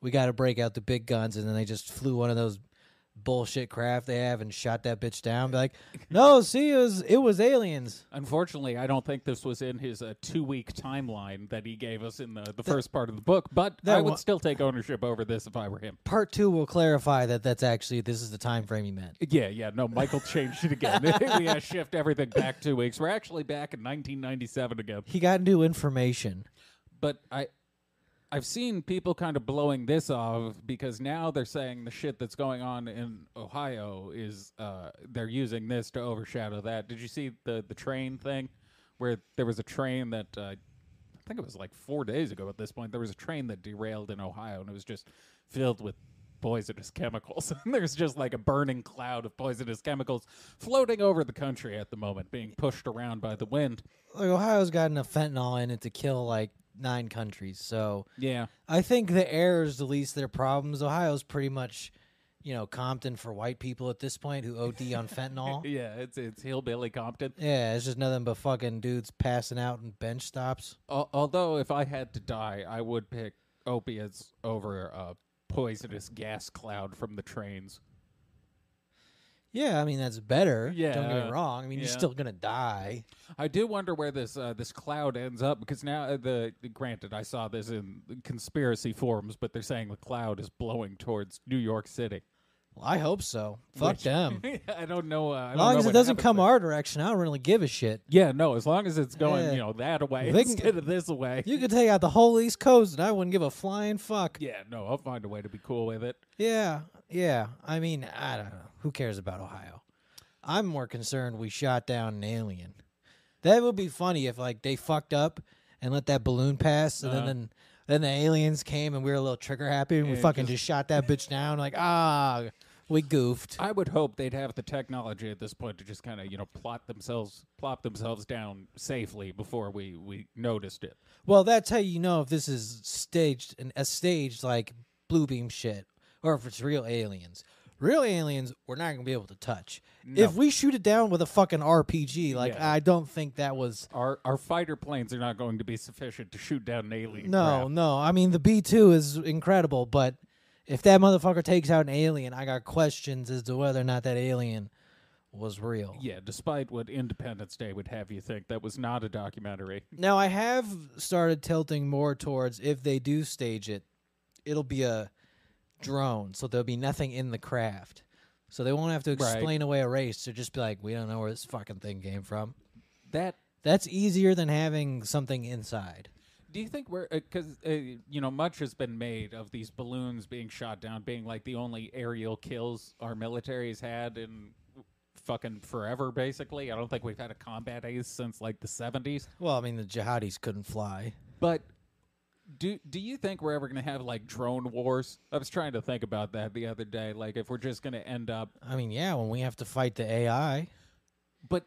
[SPEAKER 2] we gotta break out the big guns and then they just flew one of those bullshit craft they have and shot that bitch down. Be like, no, see it was it was aliens.
[SPEAKER 1] Unfortunately, I don't think this was in his uh, two-week timeline that he gave us in the, the first part of the book. But I
[SPEAKER 2] that
[SPEAKER 1] would
[SPEAKER 2] wa-
[SPEAKER 1] still take ownership over this if I were him.
[SPEAKER 2] Part two will clarify that that's actually this is the time frame you meant.
[SPEAKER 1] Yeah, yeah. No, Michael changed it again. [LAUGHS] we uh, shift everything back two weeks. We're actually back in 1997 again.
[SPEAKER 2] He got new information.
[SPEAKER 1] But I, I've seen people kind of blowing this off because now they're saying the shit that's going on in Ohio is uh, they're using this to overshadow that. Did you see the the train thing, where there was a train that uh, I think it was like four days ago at this point. There was a train that derailed in Ohio and it was just filled with poisonous chemicals. [LAUGHS] and there's just like a burning cloud of poisonous chemicals floating over the country at the moment, being pushed around by the wind.
[SPEAKER 2] Like Ohio's got enough fentanyl in it to kill like nine countries, so
[SPEAKER 1] Yeah.
[SPEAKER 2] I think the air is the least of their problems. Ohio's pretty much, you know, Compton for white people at this point who OD
[SPEAKER 1] [LAUGHS]
[SPEAKER 2] on fentanyl.
[SPEAKER 1] Yeah, it's it's hillbilly Compton.
[SPEAKER 2] Yeah, it's just nothing but fucking dudes passing out and bench stops.
[SPEAKER 1] Al- although if I had to die, I would pick opiates over a poisonous gas cloud from the trains.
[SPEAKER 2] Yeah, I mean that's better. don't get
[SPEAKER 1] Yeah,
[SPEAKER 2] me wrong. I mean you're
[SPEAKER 1] yeah.
[SPEAKER 2] still gonna die.
[SPEAKER 1] I do wonder where this uh, this cloud ends up because now uh, the granted I saw this in conspiracy forums, but they're saying the cloud is blowing towards New York City.
[SPEAKER 2] Well, I hope so.
[SPEAKER 1] [LAUGHS]
[SPEAKER 2] Fuck them.
[SPEAKER 1] I don't know. Uh, I
[SPEAKER 2] As
[SPEAKER 1] don't
[SPEAKER 2] long
[SPEAKER 1] know
[SPEAKER 2] as it
[SPEAKER 1] what
[SPEAKER 2] doesn't
[SPEAKER 1] happens
[SPEAKER 2] come
[SPEAKER 1] there.
[SPEAKER 2] our direction, I don't really give a shit.
[SPEAKER 1] Yeah, no. As long as it's going,
[SPEAKER 2] Yeah.
[SPEAKER 1] you know, that way
[SPEAKER 2] They can-
[SPEAKER 1] instead of this way.
[SPEAKER 2] You could take out the whole East Coast and I wouldn't give a flying fuck.
[SPEAKER 1] yeah, no. I'll find a way to be cool with it.
[SPEAKER 2] Yeah, yeah. I mean, I don't know. Who cares about Ohio? I'm more concerned we shot down an alien. That would be funny if like they fucked up and let that balloon pass, and then, then then the aliens came and we were a little trigger happy and we fucking just, shot that bitch down. Like ah, we goofed.
[SPEAKER 1] I would hope they'd have the technology at this point to just kind of you know plot themselves plop themselves down safely before we we noticed it.
[SPEAKER 2] Well, that's how you know if this is staged and a staged like blue beam shit, or if it's real aliens. Real aliens, we're not gonna be able to touch. If we shoot it down with a fucking RPG, like
[SPEAKER 1] Yeah.
[SPEAKER 2] I don't think that was
[SPEAKER 1] Our our fighter planes are not going to be sufficient to shoot down an alien.
[SPEAKER 2] No,
[SPEAKER 1] craft.
[SPEAKER 2] no. I mean, the B two is incredible, but if that motherfucker takes out an alien, I got questions as to whether or not that alien was real.
[SPEAKER 1] Yeah, despite what Independence Day would have you think, that was not a documentary.
[SPEAKER 2] Now, I have started tilting more towards if they do stage it, it'll be a drone, so there'll be nothing in the craft, so they won't have to
[SPEAKER 1] Right.
[SPEAKER 2] explain away a race. They'll just be like, "We don't know where this fucking thing came from."
[SPEAKER 1] That
[SPEAKER 2] That's easier than having something inside.
[SPEAKER 1] do you think we're because uh, you know much has been made of these balloons being shot down being like the only aerial kills our military's had in fucking forever basically i don't think we've had a combat ace since like the 70s
[SPEAKER 2] Well, I mean, the jihadis couldn't fly.
[SPEAKER 1] but do do you think we're ever going to have like drone wars? I was trying to think about that the other day. Like if we're just going to end up,
[SPEAKER 2] I mean, yeah, when we have to fight the AI.
[SPEAKER 1] but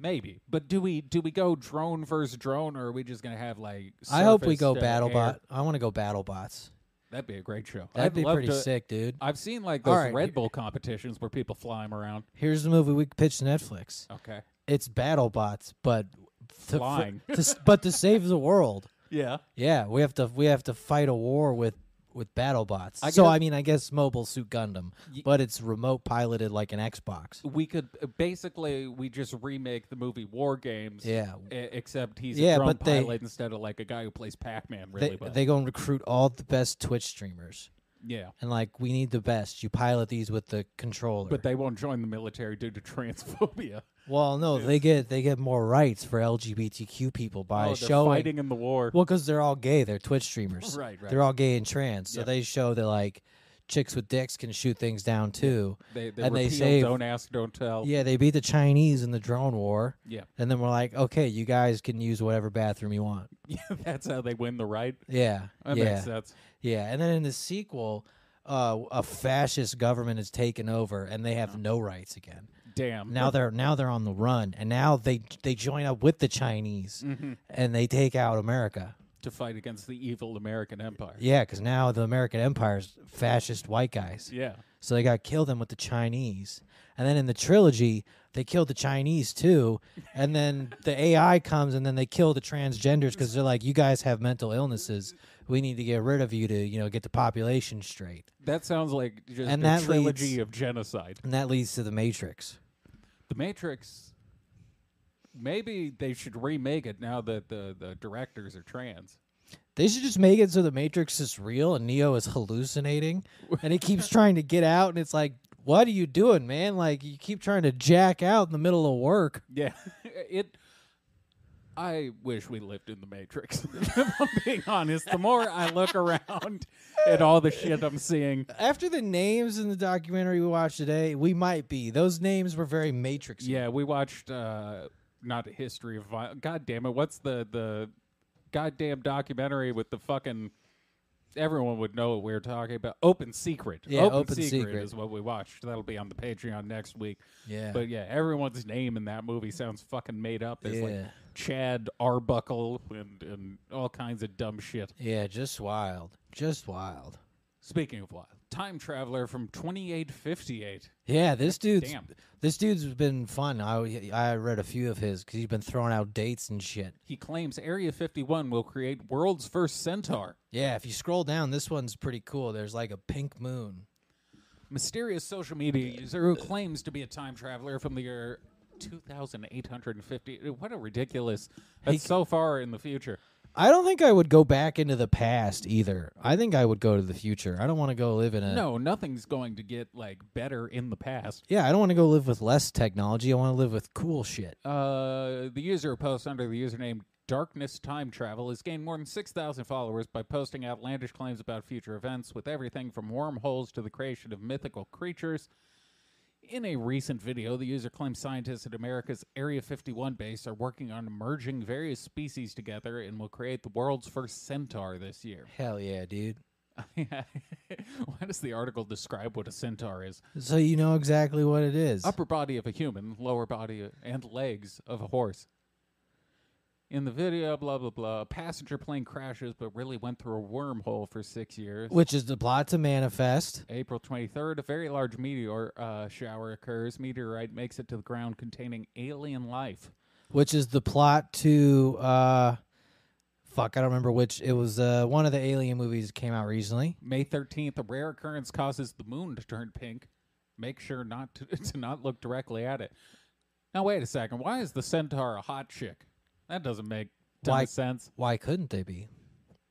[SPEAKER 1] maybe. But do we do we go drone versus drone, or are we just going to have like?
[SPEAKER 2] I hope we
[SPEAKER 1] surface
[SPEAKER 2] go
[SPEAKER 1] to
[SPEAKER 2] battle
[SPEAKER 1] air?
[SPEAKER 2] bot. I want to go battle bots.
[SPEAKER 1] That'd be a great show.
[SPEAKER 2] That'd
[SPEAKER 1] I'd
[SPEAKER 2] be
[SPEAKER 1] love
[SPEAKER 2] pretty
[SPEAKER 1] to-
[SPEAKER 2] sick, dude.
[SPEAKER 1] I've seen like
[SPEAKER 2] All
[SPEAKER 1] those
[SPEAKER 2] right,
[SPEAKER 1] Red
[SPEAKER 2] you-
[SPEAKER 1] Bull competitions where people fly them around.
[SPEAKER 2] Here's the movie we could pitch to Netflix.
[SPEAKER 1] Okay.
[SPEAKER 2] It's battle bots, but to, for-
[SPEAKER 1] Flying.
[SPEAKER 2] to s- but to save the world.
[SPEAKER 1] Yeah.
[SPEAKER 2] Yeah, we have to we have to fight a war with with battle bots.
[SPEAKER 1] I
[SPEAKER 2] so
[SPEAKER 1] guess-
[SPEAKER 2] I mean, I guess Mobile Suit Gundam, but it's remote piloted like an Xbox.
[SPEAKER 1] we could uh, basically we just remake the movie War Games.
[SPEAKER 2] Yeah.
[SPEAKER 1] e- except he's a
[SPEAKER 2] Yeah,
[SPEAKER 1] drone
[SPEAKER 2] but they-
[SPEAKER 1] pilot instead of like a guy who plays Pac Man really
[SPEAKER 2] They
[SPEAKER 1] well.
[SPEAKER 2] they go and recruit all the best Twitch streamers,
[SPEAKER 1] yeah.
[SPEAKER 2] and like we need the best. You pilot these with the controller.
[SPEAKER 1] But they won't join the military due to transphobia.
[SPEAKER 2] well, no, they get they get more rights for LGBTQ people [LAUGHS] by
[SPEAKER 1] oh, they're
[SPEAKER 2] showing.
[SPEAKER 1] fighting in the war.
[SPEAKER 2] Well, because they're all gay. They're Twitch streamers.
[SPEAKER 1] [LAUGHS] Right, right.
[SPEAKER 2] They're all gay and trans. So they show that like chicks with dicks can shoot things down too.
[SPEAKER 1] they they
[SPEAKER 2] and
[SPEAKER 1] repeal
[SPEAKER 2] they save.
[SPEAKER 1] "Don't ask, don't tell."
[SPEAKER 2] Yeah, they beat the Chinese in the drone war.
[SPEAKER 1] Yeah. [LAUGHS]
[SPEAKER 2] And then we're like, okay, you guys can use whatever bathroom you want.
[SPEAKER 1] Yeah, that's how they win the right.
[SPEAKER 2] Yeah.
[SPEAKER 1] That
[SPEAKER 2] yeah.
[SPEAKER 1] makes sense.
[SPEAKER 2] Yeah. And then in the sequel, uh, a fascist government is taken over and they
[SPEAKER 1] Uh-huh.
[SPEAKER 2] have no rights again.
[SPEAKER 1] Damn.
[SPEAKER 2] Now they're now they're on the run and now they they join up with the Chinese
[SPEAKER 1] Mm-hmm.
[SPEAKER 2] and they take out America.
[SPEAKER 1] to fight against the evil American empire.
[SPEAKER 2] Yeah, because now the American Empire's fascist white guys.
[SPEAKER 1] Yeah.
[SPEAKER 2] So they got to kill them with the Chinese. And then in the trilogy, they killed the Chinese too. And then the AI comes and then they kill the transgenders because they're like, you guys have mental illnesses. We need to get rid of you to, you know, get the population straight.
[SPEAKER 1] That sounds like just
[SPEAKER 2] And
[SPEAKER 1] a
[SPEAKER 2] that
[SPEAKER 1] trilogy
[SPEAKER 2] leads-
[SPEAKER 1] of genocide.
[SPEAKER 2] And that leads to the Matrix.
[SPEAKER 1] The Matrix maybe they should remake it now that the, the directors are trans.
[SPEAKER 2] They should just make it so the Matrix is real and Neo is hallucinating and he keeps trying to get out. And it's like, what are you doing, man? Like, you keep trying to jack out in the middle of work.
[SPEAKER 1] Yeah. [LAUGHS] it I wish we lived in the Matrix. [LAUGHS] if I'm being honest, the more I look around at all the shit I'm seeing,
[SPEAKER 2] After the names in the documentary we watched today, we might be. Those names were very Matrix.
[SPEAKER 1] yeah, we watched uh not a history of violence. God damn it, what's the the goddamn documentary with the fucking everyone would know what we were talking about. Open Secret.
[SPEAKER 2] Yeah, Open Secret.
[SPEAKER 1] is what we watched. That'll be on the Patreon next week.
[SPEAKER 2] Yeah.
[SPEAKER 1] But yeah, everyone's name in that movie sounds fucking made up. There's like
[SPEAKER 2] Yeah.
[SPEAKER 1] Chad Arbuckle and, and all kinds of dumb shit.
[SPEAKER 2] Yeah, just wild. Just wild.
[SPEAKER 1] Speaking of wild, time traveler from 2858.
[SPEAKER 2] Yeah, this dude's
[SPEAKER 1] Damn.
[SPEAKER 2] this dude's been fun. I I read a few of his because he's been throwing out dates and shit.
[SPEAKER 1] He claims Area 51 will create world's first centaur.
[SPEAKER 2] Yeah, if you scroll down, this one's pretty cool. There's like a pink moon.
[SPEAKER 1] Mysterious social media user who claims to be a time traveler from the year 2850. What a ridiculous. That's so far in the future.
[SPEAKER 2] I don't think I would go back into the past either. I think I would go to the future. I don't want to go live in a
[SPEAKER 1] No, nothing's going to get like better in the past.
[SPEAKER 2] Yeah, I don't want to go live with less technology. I want to live with cool shit.
[SPEAKER 1] Uh, the user who posts under the username Darkness Time Travel has gained more than 6,000 followers by posting outlandish claims about future events, with everything from wormholes to the creation of mythical creatures. In a recent video, the user claims scientists at America's Area 51 base are working on merging various species together and will create the world's first centaur this
[SPEAKER 2] [LAUGHS]
[SPEAKER 1] year. [LAUGHS]
[SPEAKER 2] Hell yeah, dude.
[SPEAKER 1] Why does the article describe what a centaur is?
[SPEAKER 2] So you know exactly what it is.
[SPEAKER 1] upper body of a human, lower body and legs of a horse. In the video, blah blah blah, a passenger plane crashes but really went through a wormhole for six years.
[SPEAKER 2] which is the plot to manifest.
[SPEAKER 1] April 23rd, a very large meteor uh, shower occurs. Meteorite makes it to the ground containing alien life.
[SPEAKER 2] which is the plot to uh fuck i don't remember which it was uh one of the alien movies that came out recently
[SPEAKER 1] May 13th, a rare occurrence causes the moon to turn pink. Make sure not to, [LAUGHS] to not look directly at it. Now wait a second, why is the centaur a hot chick? That doesn't make ton of
[SPEAKER 2] Why-
[SPEAKER 1] sense.
[SPEAKER 2] why couldn't they be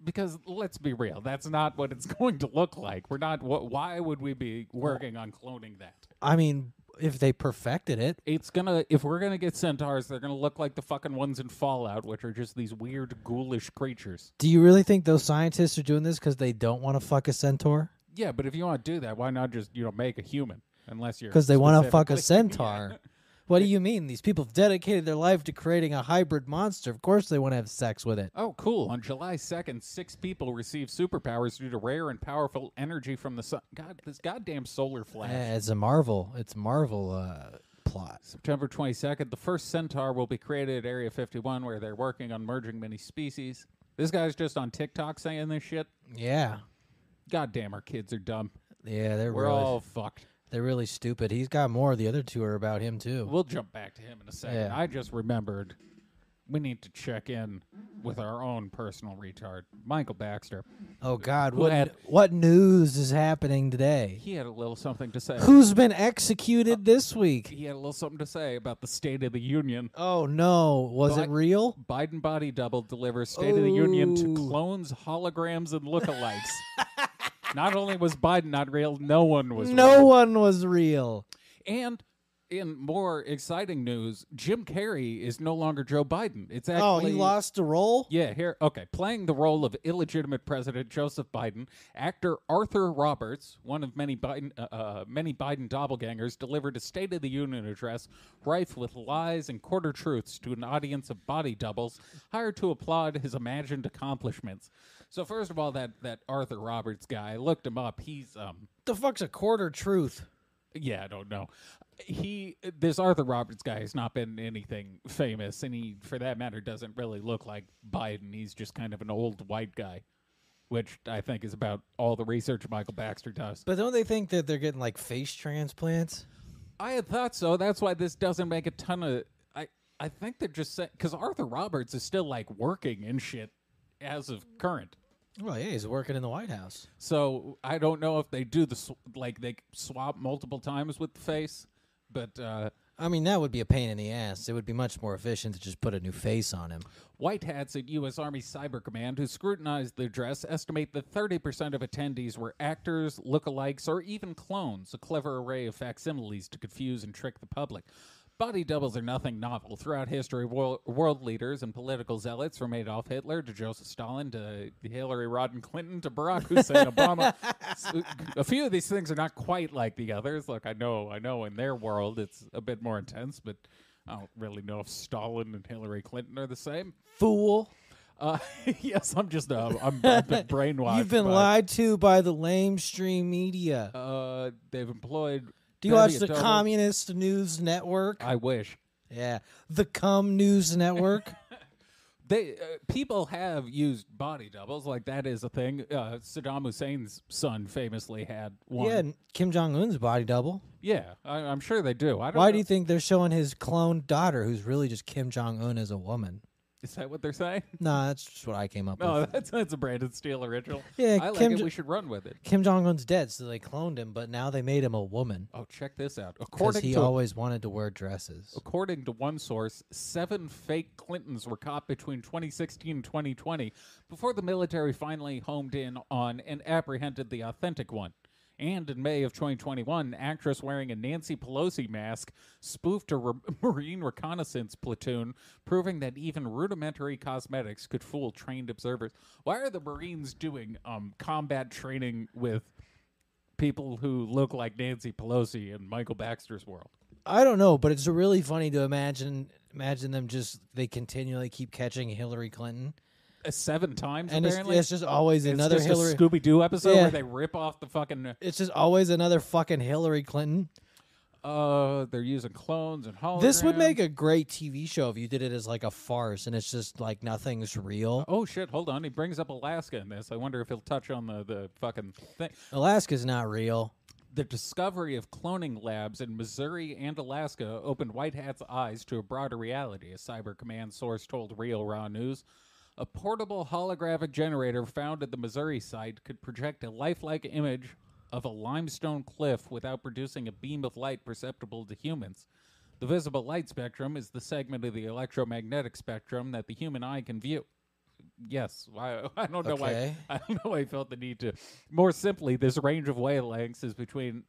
[SPEAKER 1] because let's be real, that's not what it's [LAUGHS] going to look like. We're not. What? Why would we be working on cloning that?
[SPEAKER 2] i mean if they perfected it
[SPEAKER 1] It's gonna. If we're gonna get centaurs, they're gonna look like the fucking ones in Fallout, which are just these weird ghoulish creatures.
[SPEAKER 2] do you really think those scientists are doing this because they don't want to fuck a centaur
[SPEAKER 1] Yeah, but if you want to do that, why not just you know make a human? Unless you're
[SPEAKER 2] because they want to fuck a
[SPEAKER 1] specifically-
[SPEAKER 2] centaur what do you mean these people have dedicated their life to creating a hybrid monster of course they want to have sex with it
[SPEAKER 1] Oh, cool! On July second, six people received superpowers due to rare and powerful energy from the sun. God, this goddamn solar flash.
[SPEAKER 2] Eh, it's a marvel it's marvel uh plot
[SPEAKER 1] September 22nd, the first centaur will be created at Area 51, where they're working on merging many species. This guy's just on TikTok saying this shit.
[SPEAKER 2] yeah
[SPEAKER 1] God damn, our kids are dumb.
[SPEAKER 2] yeah they're
[SPEAKER 1] We're
[SPEAKER 2] really
[SPEAKER 1] all fucked.
[SPEAKER 2] they're really stupid he's got more the other two are about him too
[SPEAKER 1] We'll jump back to him in a second.
[SPEAKER 2] Yeah.
[SPEAKER 1] I just remembered we need to check in with our own personal retard, Michael Baxter.
[SPEAKER 2] Oh God,
[SPEAKER 1] Who
[SPEAKER 2] what
[SPEAKER 1] had-
[SPEAKER 2] what news is happening today?
[SPEAKER 1] He had a little something to say.
[SPEAKER 2] Who's been executed this week?
[SPEAKER 1] He had a little something to say about the State of the Union.
[SPEAKER 2] Oh no, was
[SPEAKER 1] Black-
[SPEAKER 2] it real?
[SPEAKER 1] Biden body double delivers State of the Union to
[SPEAKER 2] Ooh.
[SPEAKER 1] clones, holograms, and lookalikes.
[SPEAKER 2] [LAUGHS]
[SPEAKER 1] not only was Biden not real, no one was
[SPEAKER 2] No
[SPEAKER 1] real.
[SPEAKER 2] one was real.
[SPEAKER 1] And in more exciting news, Jim Carrey is no longer Joe Biden. It's actually
[SPEAKER 2] Oh, he lost a role.
[SPEAKER 1] Yeah, here. Okay, playing the role of illegitimate President Joseph Biden, actor Arthur Roberts, one of many Biden, uh, uh, many Biden doppelgangers, delivered a State of the Union address rife with lies and quarter truths to an audience of body doubles hired to applaud his imagined accomplishments. So first of all, that that Arthur Roberts guy, I looked him up. He's um,
[SPEAKER 2] The fuck's a quarter truth?
[SPEAKER 1] yeah, I don't know. He this Arthur Roberts guy has not been anything famous, and he, for that matter, doesn't really look like Biden. He's just kind of an old white guy, which I think is about all the research Michael Baxter does.
[SPEAKER 2] But don't they think that they're getting like face transplants?
[SPEAKER 1] I had thought so. That's why this doesn't make a ton of. I I think they're just saying because Arthur Roberts is still like working and shit as of current.
[SPEAKER 2] Well, yeah, he's working in the White House.
[SPEAKER 1] So I don't know if they do the sw- like they swap multiple times with the face, but. uh
[SPEAKER 2] I mean, that would be a pain in the ass. It would be much more efficient to just put a new face on him.
[SPEAKER 1] White hats at U.S. Army Cyber Command, who scrutinized the dress, estimate that 30% of attendees were actors, lookalikes, or even clones, a clever array of facsimiles to confuse and trick the public. Body doubles are nothing novel. Throughout history, world, world leaders and political zealots, from Adolf Hitler to Joseph Stalin to Hillary Rodham Clinton to Barack Hussein Obama, S- a few of these things are not quite like the others. Look, I know, I know, in their world it's a bit more intense, but I don't really know if Stalin and Hillary Clinton are the same.
[SPEAKER 2] Fool.
[SPEAKER 1] Uh, [LAUGHS] yes, I'm just uh, I'm I've been brainwashed.
[SPEAKER 2] [LAUGHS] You've been
[SPEAKER 1] by-
[SPEAKER 2] lied to by the lamestream media.
[SPEAKER 1] Uh, they've employed.
[SPEAKER 2] Do you watch
[SPEAKER 1] Betty
[SPEAKER 2] the
[SPEAKER 1] Adele.
[SPEAKER 2] Communist News Network?
[SPEAKER 1] I wish
[SPEAKER 2] yeah, the Cum News Network.
[SPEAKER 1] they uh, people have used body doubles like that is a thing. Uh, Saddam Hussein's son famously had [LAUGHS] one.
[SPEAKER 2] yeah, and Kim Jong Un's body double.
[SPEAKER 1] yeah, I, I'm sure they do. I don't.
[SPEAKER 2] Why
[SPEAKER 1] know.
[SPEAKER 2] do you think they're showing his cloned daughter, who's really just Kim Jong Un as a woman?
[SPEAKER 1] is that what they're saying? [LAUGHS]
[SPEAKER 2] Nah, that's just what I came up
[SPEAKER 1] No,
[SPEAKER 2] with.
[SPEAKER 1] that's that's a Brandon Steele original.
[SPEAKER 2] Yeah,
[SPEAKER 1] I like
[SPEAKER 2] Kim
[SPEAKER 1] it.
[SPEAKER 2] Jo-
[SPEAKER 1] we should run with it.
[SPEAKER 2] Kim Jong Un's dead, so they cloned him, but now they made him a woman
[SPEAKER 1] Oh, check this out.
[SPEAKER 2] because
[SPEAKER 1] According
[SPEAKER 2] he
[SPEAKER 1] to
[SPEAKER 2] always wanted to wear dresses.
[SPEAKER 1] According to one source, seven fake Clintons were caught between 2016 and 2020 before the military finally homed in on and apprehended the authentic one. And in May of 2021, an actress wearing a Nancy Pelosi mask spoofed a re- [LAUGHS] Marine reconnaissance platoon, proving that even rudimentary cosmetics could fool trained observers. Why are the Marines doing um, combat training with people who look like Nancy Pelosi and Michael Baxter's world?
[SPEAKER 2] I don't know, but it's really funny to imagine imagine them just they continually keep catching Hillary Clinton,
[SPEAKER 1] uh, seven times
[SPEAKER 2] and it's,
[SPEAKER 1] apparently.
[SPEAKER 2] it's just always
[SPEAKER 1] It's
[SPEAKER 2] another
[SPEAKER 1] just
[SPEAKER 2] Hillary.
[SPEAKER 1] a Scooby Doo episode
[SPEAKER 2] Yeah.
[SPEAKER 1] where they rip off the fucking.
[SPEAKER 2] it's just always another fucking Hillary Clinton.
[SPEAKER 1] Uh, they're using clones and holograms.
[SPEAKER 2] This would make a great TV show if you did it as like a farce and it's just like nothing's real.
[SPEAKER 1] Oh shit! Hold on, he brings up Alaska in this. I wonder if he'll touch on the the fucking thing.
[SPEAKER 2] Alaska's not real.
[SPEAKER 1] The discovery of cloning labs in Missouri and Alaska opened White Hat's eyes to a broader reality, a Cyber Command source told Real Raw News. A portable holographic generator found at the Missouri site could project a lifelike image of a limestone cliff without producing a beam of light perceptible to humans. The visible light spectrum is the segment of the electromagnetic spectrum that the human eye can view. Yes, I, [LAUGHS] I don't know why.
[SPEAKER 2] Okay.
[SPEAKER 1] I don't know why I felt the need to. More simply, this range of wavelengths is between.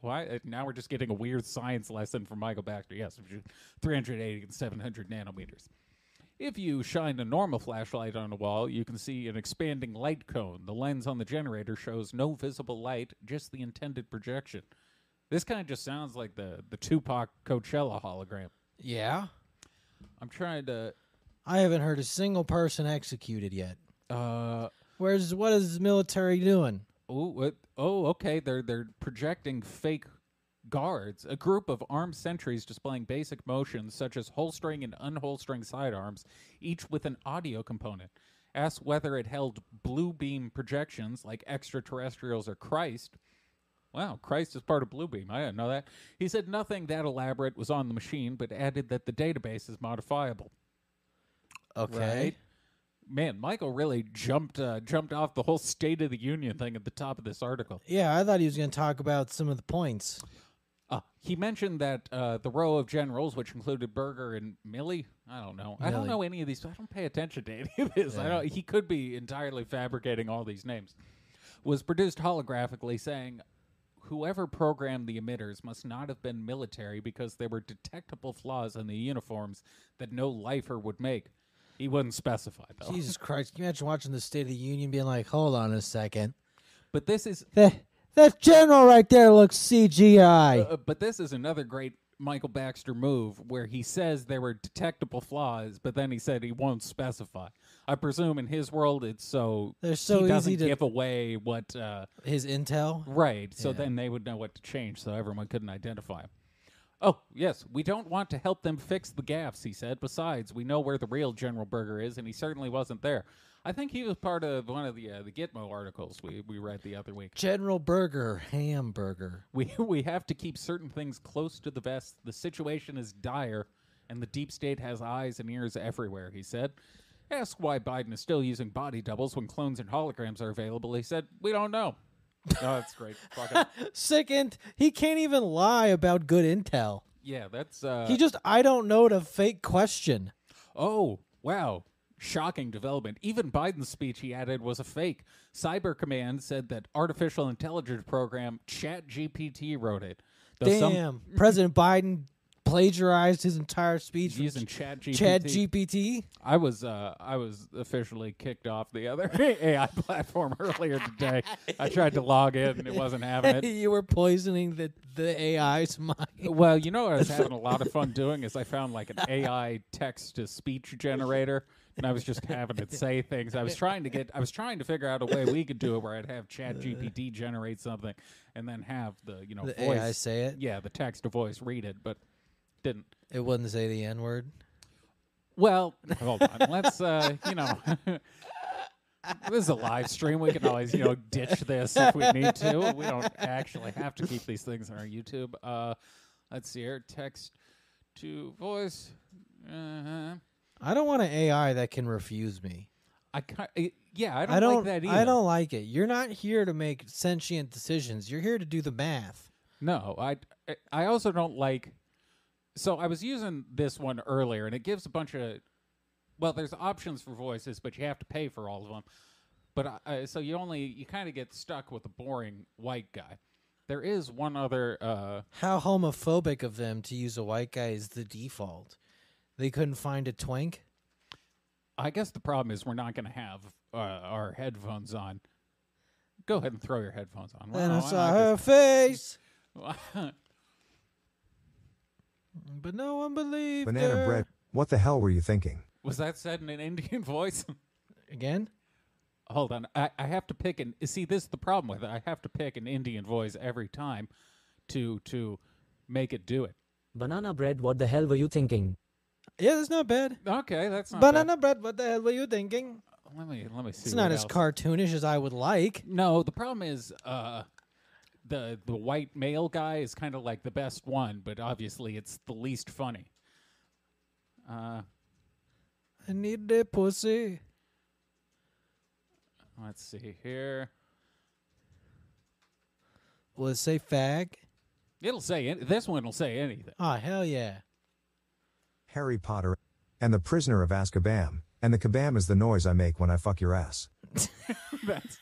[SPEAKER 1] Why uh, now we're just getting a weird science lesson from Michael Baxter? Yes, between 380 and 700 nanometers. If you shine a normal flashlight on a wall, you can see an expanding light cone. The lens on the generator shows no visible light, just the intended projection. This kind of just sounds like the the Tupac Coachella hologram.
[SPEAKER 2] Yeah.
[SPEAKER 1] I'm trying to.
[SPEAKER 2] I haven't heard a single person executed yet.
[SPEAKER 1] Uh,
[SPEAKER 2] Where's what is the military doing?
[SPEAKER 1] Oh, what? Oh, okay. They're they're projecting fake guards. A group of armed sentries displaying basic motions such as holstering and unholstering sidearms, each with an audio component. Asked whether it held blue beam projections like extraterrestrials or Christ. Wow, Christ is part of Blue Beam. I didn't know that. He said nothing that elaborate was on the machine, but added that the database is modifiable.
[SPEAKER 2] Okay.
[SPEAKER 1] right? Man, Michael really jumped uh, jumped off the whole State of the Union thing at the top of this article.
[SPEAKER 2] Yeah, I thought he was going to talk about some of the points.
[SPEAKER 1] Uh, he mentioned that uh, the row of generals, which included Berger and Milley, I don't know. I don't
[SPEAKER 2] Milley.
[SPEAKER 1] know any of these. I don't pay attention to any of this. I don't. He could be entirely fabricating all these names. Was produced holographically saying, "Whoever programmed the emitters must not have been military because there were detectable flaws in the uniforms that no lifer would make." He wouldn't specify though.
[SPEAKER 2] Jesus Christ! Can you imagine watching the State of the Union, being like, "Hold on a second,
[SPEAKER 1] But this is
[SPEAKER 2] that that general right there looks CGI."
[SPEAKER 1] Uh, but this is another great Michael Baxter move where he says there were detectable flaws, but then he said he won't specify. I presume in his world it's so
[SPEAKER 2] They're so
[SPEAKER 1] he doesn't
[SPEAKER 2] easy to-
[SPEAKER 1] give away what uh,
[SPEAKER 2] His intel.
[SPEAKER 1] right, so then they would know what to change, so everyone couldn't identify him. Oh yes, we don't want to help them fix the gaffes, he said. Besides, we know where the real General Berger is, and he certainly wasn't there. I think he was part of one of the uh, the Gitmo articles we, we read the other week.
[SPEAKER 2] General Burger, hamburger.
[SPEAKER 1] We [LAUGHS] we have to keep certain things close to the vest. The situation is dire, and the deep state has eyes and ears everywhere. He said. Asked why Biden is still using body doubles when clones and holograms are available, he said, "We don't know." oh, that's
[SPEAKER 2] [LAUGHS]
[SPEAKER 1] great. Fucking,
[SPEAKER 2] Second, he can't even lie about good intel.
[SPEAKER 1] yeah, that's. Uh,
[SPEAKER 2] He just, I don't know, to fake question.
[SPEAKER 1] oh wow, shocking development. Even Biden's speech, he added, was a fake. Cyber Command said that artificial intelligence program ChatGPT wrote it. Though some-
[SPEAKER 2] Damn, President Biden plagiarized his entire speech from
[SPEAKER 1] using ChatGPT.
[SPEAKER 2] Chad GPT.
[SPEAKER 1] I was uh, I was officially kicked off the other [LAUGHS] AI platform earlier today. I tried to log in and it wasn't having it.
[SPEAKER 2] [LAUGHS] you were poisoning the the AI's [LAUGHS] mind.
[SPEAKER 1] Well, you know what I was having a lot of
[SPEAKER 2] [LAUGHS]
[SPEAKER 1] fun doing is I found like an AI text to speech generator and I was just having it say things. I was trying to get I was trying to figure out a way we could do it where I'd have Chat
[SPEAKER 2] [LAUGHS]
[SPEAKER 1] GPT generate something and then have the, you know,
[SPEAKER 2] The
[SPEAKER 1] voice
[SPEAKER 2] AI say it.
[SPEAKER 1] Yeah, the text to voice read it, but didn't.
[SPEAKER 2] It wouldn't say the N word.
[SPEAKER 1] Well, [LAUGHS] hold on. Let's, uh, you know, [LAUGHS] this is a live stream. We can always, you know, ditch this if we need to. We don't actually have to keep these things on our YouTube. Uh, let's see here. Text to voice. Uh-huh.
[SPEAKER 2] I don't want an AI that can refuse me.
[SPEAKER 1] I can yeah, I don't,
[SPEAKER 2] I don't.
[SPEAKER 1] like that either.
[SPEAKER 2] I don't like it. You're not here to make sentient decisions. You're here to do the math.
[SPEAKER 1] No, I I also don't like. So I was using this one earlier, and it gives a bunch of. Well, there's options for voices, but you have to pay for all of them. But I- I, so you only you kind of get stuck with the boring white guy. There is one other. Uh,
[SPEAKER 2] How homophobic of them to use a white guy as the default. They couldn't find a twink.
[SPEAKER 1] I guess the problem is we're not going to have uh, our headphones on. Go ahead and throw your headphones on.
[SPEAKER 2] and
[SPEAKER 1] Wow,
[SPEAKER 2] I
[SPEAKER 1] I
[SPEAKER 2] saw
[SPEAKER 1] like
[SPEAKER 2] her face,
[SPEAKER 1] this.
[SPEAKER 2] [LAUGHS] but no one believed
[SPEAKER 4] Banana
[SPEAKER 2] her.
[SPEAKER 4] bread. What the hell were you thinking?
[SPEAKER 1] was that said in an Indian [LAUGHS] voice?
[SPEAKER 2] again.
[SPEAKER 1] Hold on. I, I have to pick an see this is the problem with it. I have to pick an Indian voice every time to to make it do it.
[SPEAKER 5] Banana bread, what the hell were you thinking?
[SPEAKER 2] Yeah, that's not bad.
[SPEAKER 1] Okay, that's not bad.
[SPEAKER 2] Banana bread. What the hell were you thinking?
[SPEAKER 1] Let me let me see.
[SPEAKER 2] It's not
[SPEAKER 1] what
[SPEAKER 2] as
[SPEAKER 1] else.
[SPEAKER 2] cartoonish as I would like.
[SPEAKER 1] No, the problem is uh the the white male guy is kind of like the best one, but obviously it's the least funny. Uh
[SPEAKER 2] I need the pussy.
[SPEAKER 1] let's see here.
[SPEAKER 2] Will it say fag?
[SPEAKER 1] It'll say an- this one will say anything. [LAUGHS]
[SPEAKER 2] Oh hell yeah!
[SPEAKER 4] Harry Potter and the prisoner of Azkaban. And the kabam is the noise I make when I fuck your ass.
[SPEAKER 1] that's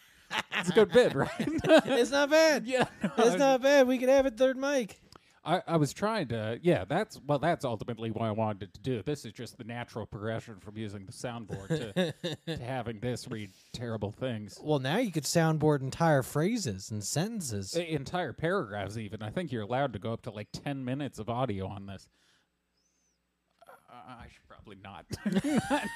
[SPEAKER 1] that's a good bit, right? [LAUGHS]
[SPEAKER 2] It's not bad.
[SPEAKER 1] yeah. no,
[SPEAKER 2] it's not bad. We could have a third mic.
[SPEAKER 1] I, I was trying to yeah that's well that's ultimately what i wanted to do this is just the natural progression from using the soundboard to, to having this read terrible things
[SPEAKER 2] Well, now you could soundboard entire phrases and sentences.
[SPEAKER 1] E- entire paragraphs even i think you're allowed to go up to like 10 minutes of audio on this uh, i should probably not [LAUGHS]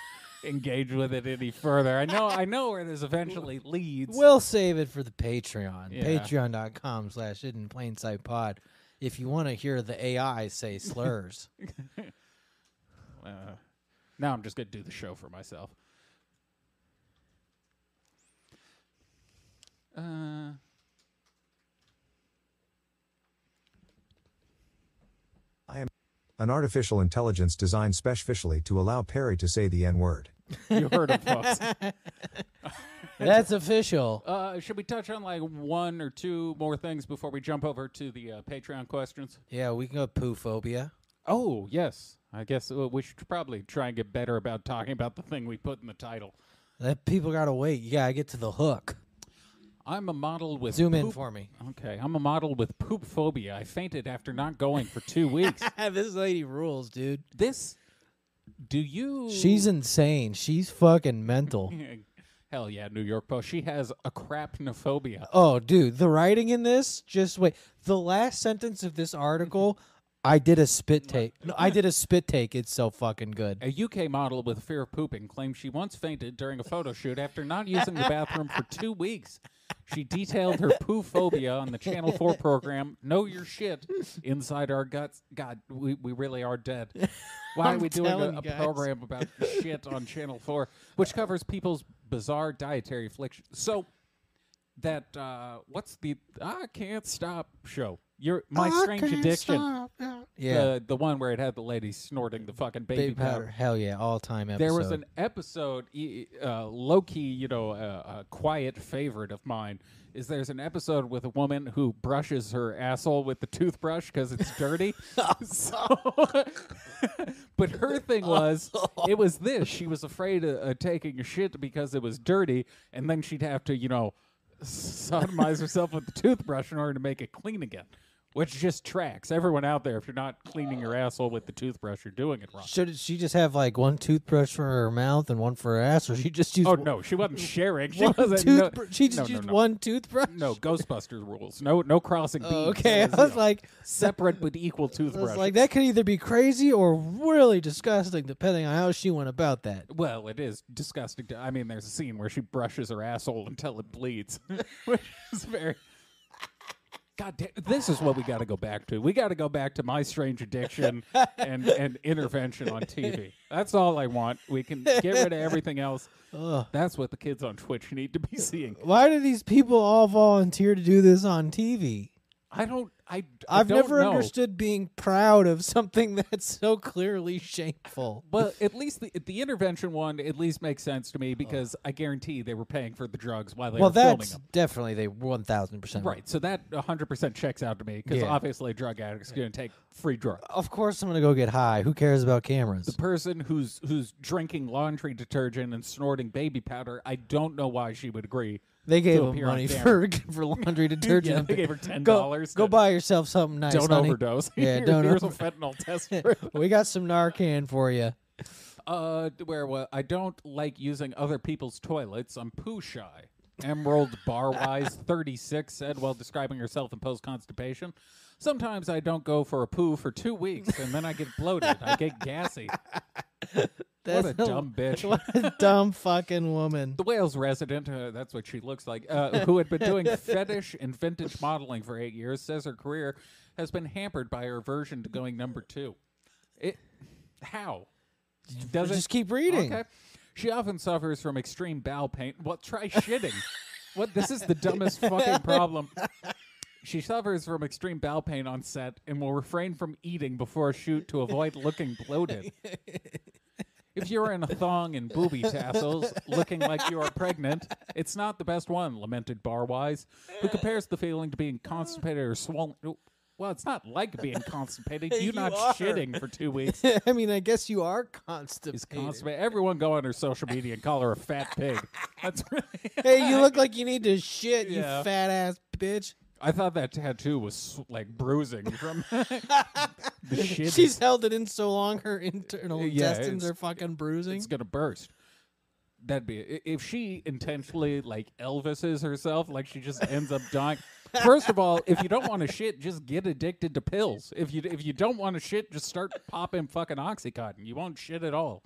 [SPEAKER 1] engage with it any further i know i know where this eventually leads
[SPEAKER 2] We'll save it for the Patreon.
[SPEAKER 1] Yeah.
[SPEAKER 2] Patreon.com slash hidden plain sight pod. If you want to hear the AI say slurs.
[SPEAKER 1] uh, now i'm just gonna do the show for myself uh
[SPEAKER 4] I am an artificial intelligence designed specially to allow Perry to say the N word.
[SPEAKER 1] You heard of folks.
[SPEAKER 2] That's official.
[SPEAKER 1] Uh, should we touch on like one or two more things before we jump over to the uh, Patreon questions?
[SPEAKER 2] Yeah, we can go poo phobia.
[SPEAKER 1] Oh, yes. I guess uh, we should probably try and get better about talking about the thing we put in the title.
[SPEAKER 2] That people gotta wait. You gotta get to the hook.
[SPEAKER 1] I'm a model with
[SPEAKER 2] Zoom in
[SPEAKER 1] poop-
[SPEAKER 2] for me.
[SPEAKER 1] Okay, I'm a model with poop phobia. I fainted after not going for two
[SPEAKER 2] [LAUGHS]
[SPEAKER 1] weeks.
[SPEAKER 2] this lady rules, dude.
[SPEAKER 1] This, do you?
[SPEAKER 2] She's insane. She's fucking mental.
[SPEAKER 1] hell yeah, New York Post. She has a crapnophobia.
[SPEAKER 2] Oh, dude, the writing in this, just wait. The last sentence of this article, I did a spit take. No, I did a spit take. It's so fucking good.
[SPEAKER 1] A UK model with fear of pooping claims she once fainted during a photo shoot after not using the bathroom for two weeks. She detailed her poo phobia on the Channel 4 program, Know Your Shit, Inside Our Guts. God, we, we really are dead. Why are
[SPEAKER 2] I'm
[SPEAKER 1] we doing
[SPEAKER 2] telling
[SPEAKER 1] a,
[SPEAKER 2] you
[SPEAKER 1] a
[SPEAKER 2] guys.
[SPEAKER 1] program about shit on Channel 4, which covers people's bizarre dietary afflictions? So, that, uh, what's the I Can't Stop show? Your My Strange Addiction.
[SPEAKER 2] Yeah.
[SPEAKER 1] The, the one where it had the lady snorting the fucking baby,
[SPEAKER 2] Baby powder. Hell yeah, all time episode.
[SPEAKER 1] there was an episode, e- uh, low key, you know, uh, a quiet favorite of mine is there's an episode with a woman who brushes her asshole with the toothbrush because it's dirty. So- [LAUGHS] but her thing was, it was this. She was afraid of, of taking a shit because it was dirty, and then she'd have to, you know, sodomize herself with the toothbrush in order to make it clean again. Which just tracks. Everyone out there, if you're not cleaning your asshole with the toothbrush, you're doing it wrong.
[SPEAKER 2] Should she just have like one toothbrush for her mouth and one for her ass, or she just used
[SPEAKER 1] Oh no, she wasn't sharing. She
[SPEAKER 2] one
[SPEAKER 1] [LAUGHS] wasn't. [LAUGHS] no,
[SPEAKER 2] toothbrush? she just
[SPEAKER 1] no, no,
[SPEAKER 2] used
[SPEAKER 1] no.
[SPEAKER 2] one toothbrush.
[SPEAKER 1] No,
[SPEAKER 2] [LAUGHS]
[SPEAKER 1] Ghostbuster rules. No, no crossing.
[SPEAKER 2] Oh,
[SPEAKER 1] beams.
[SPEAKER 2] okay,
[SPEAKER 1] It
[SPEAKER 2] I was
[SPEAKER 1] you know,
[SPEAKER 2] like, [LAUGHS]
[SPEAKER 1] separate but equal
[SPEAKER 2] I was
[SPEAKER 1] toothbrush.
[SPEAKER 2] like that could either be crazy or really disgusting, depending on how she went about that.
[SPEAKER 1] well, it is disgusting. To, I mean, there's a scene where she brushes her asshole until it bleeds, [LAUGHS] which is very. God damn, this is what we got to go back to. We got to go back to my strange addiction and,
[SPEAKER 2] [LAUGHS]
[SPEAKER 1] and intervention on TV. That's all I want. We can get rid of everything
[SPEAKER 2] [LAUGHS]
[SPEAKER 1] else. That's what the kids on Twitch need to be seeing.
[SPEAKER 2] Why do these people all volunteer to do this on TV?
[SPEAKER 1] I don't. I, I
[SPEAKER 2] I've
[SPEAKER 1] don't
[SPEAKER 2] never
[SPEAKER 1] know.
[SPEAKER 2] understood being proud of something [LAUGHS] that's so clearly shameful.
[SPEAKER 1] Well, at least the the intervention one at least makes sense to me because I guarantee they were paying for the drugs while they
[SPEAKER 2] well,
[SPEAKER 1] were filming
[SPEAKER 2] that's
[SPEAKER 1] them.
[SPEAKER 2] definitely they one thousand percent
[SPEAKER 1] Right, so that 100% checks out to me because
[SPEAKER 2] Yeah.
[SPEAKER 1] obviously a drug addict's going to take free drugs.
[SPEAKER 2] Of course, I'm gonna go get high. Who cares about cameras?
[SPEAKER 1] Person who's who's drinking laundry detergent and snorting baby powder, I don't know why she would agree.
[SPEAKER 2] They gave
[SPEAKER 1] to
[SPEAKER 2] them
[SPEAKER 1] appear on
[SPEAKER 2] money for [LAUGHS]
[SPEAKER 1] camera.
[SPEAKER 2] for
[SPEAKER 1] [LAUGHS]
[SPEAKER 2] laundry detergent.
[SPEAKER 1] they gave her
[SPEAKER 2] Go,
[SPEAKER 1] $10
[SPEAKER 2] go
[SPEAKER 1] to-
[SPEAKER 2] buy yourself something nice.
[SPEAKER 1] Don't
[SPEAKER 2] honey.
[SPEAKER 1] overdose. [LAUGHS]
[SPEAKER 2] Yeah,
[SPEAKER 1] Here-
[SPEAKER 2] don't.
[SPEAKER 1] Here's
[SPEAKER 2] over-
[SPEAKER 1] a fentanyl test. strip.
[SPEAKER 2] [LAUGHS] we got some Narcan for you.
[SPEAKER 1] uh, where wa- I don't like using other people's toilets. I'm poo shy. Emerald
[SPEAKER 2] [LAUGHS]
[SPEAKER 1] Barwise 36 said while describing herself in post constipation. Sometimes I don't go for a poo for two weeks and then I get bloated. I get
[SPEAKER 2] [LAUGHS]
[SPEAKER 1] gassy.
[SPEAKER 2] That's
[SPEAKER 1] what a dumb bitch.
[SPEAKER 2] What
[SPEAKER 1] [LAUGHS]
[SPEAKER 2] a dumb fucking woman.
[SPEAKER 1] The Wales resident, uh, that's what she looks like, uh, who had been
[SPEAKER 2] [LAUGHS]
[SPEAKER 1] doing fetish and vintage modeling for eight years, says her career has been hampered by her aversion to going number two. It, how? Does
[SPEAKER 2] Just keep reading.
[SPEAKER 1] Okay. She often suffers from extreme bowel pain. Well, try shitting. what? This is the dumbest fucking problem. She suffers from extreme bowel pain on set and will refrain from eating before a shoot to avoid looking bloated. If you're in a thong and booby tassels, looking like you are pregnant, it's not the best one, lamented Barwise, who compares the feeling to being constipated or swollen. Well, it's not like being constipated. You,
[SPEAKER 2] You
[SPEAKER 1] not
[SPEAKER 2] are.
[SPEAKER 1] shitting for two weeks
[SPEAKER 2] [LAUGHS] I mean, I guess you are
[SPEAKER 1] is
[SPEAKER 2] constipated.
[SPEAKER 1] constipated. Everyone go on her social media and call her a fat pig. That's really.
[SPEAKER 2] hey,
[SPEAKER 1] [LAUGHS]
[SPEAKER 2] you look like you need to shit,
[SPEAKER 1] Yeah.
[SPEAKER 2] you fat ass bitch.
[SPEAKER 1] I thought that tattoo was like bruising from [LAUGHS] the shit.
[SPEAKER 2] She's held it in so long, her internal
[SPEAKER 1] [LAUGHS] Yeah,
[SPEAKER 2] intestines
[SPEAKER 1] it's-
[SPEAKER 2] are fucking bruising.
[SPEAKER 1] it's gonna burst. That'd be i- if she intentionally like Elvises herself, like she just ends up dying. First of all, if you don't want to shit, just get addicted to pills. If you if you don't want to shit, just start popping fucking oxycontin. You won't shit at all.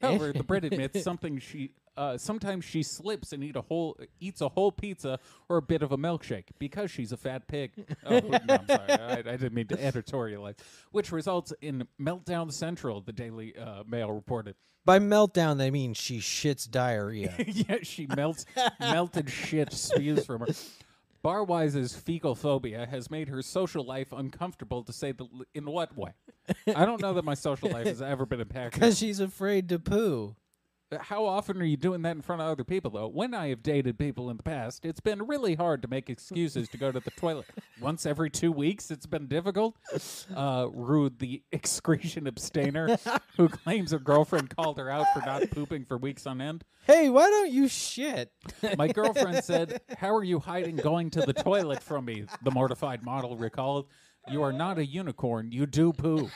[SPEAKER 1] However, the Brit [LAUGHS] admits something she uh, sometimes she slips and eat a whole eats a whole pizza or a bit of a milkshake because she's a fat pig. Oh no, I'm sorry, I, I didn't mean [LAUGHS] to editorialize. Which results in meltdown central. The Daily uh, Mail reported.
[SPEAKER 2] By meltdown, they
[SPEAKER 1] [LAUGHS]
[SPEAKER 2] mean she shits diarrhea.
[SPEAKER 1] yeah, she melts melted shit spews from her. Barwise's fecal phobia has made her social life uncomfortable, to say the l- in what way? I don't know that my social life has ever been impacted.
[SPEAKER 2] Because she's afraid to poo.
[SPEAKER 1] How often are you doing that in front of other people, though? When I have dated people in the past, it's been really hard to make excuses to go to the toilet. Once every two weeks, it's been difficult. Uh, Rude, the excretion abstainer who claims her girlfriend called her out for not pooping for weeks on end.
[SPEAKER 2] Hey, why don't you shit? [LAUGHS]
[SPEAKER 1] My girlfriend said, How are you hiding going to the toilet from me? The mortified model recalled, You are not a unicorn. You do poo.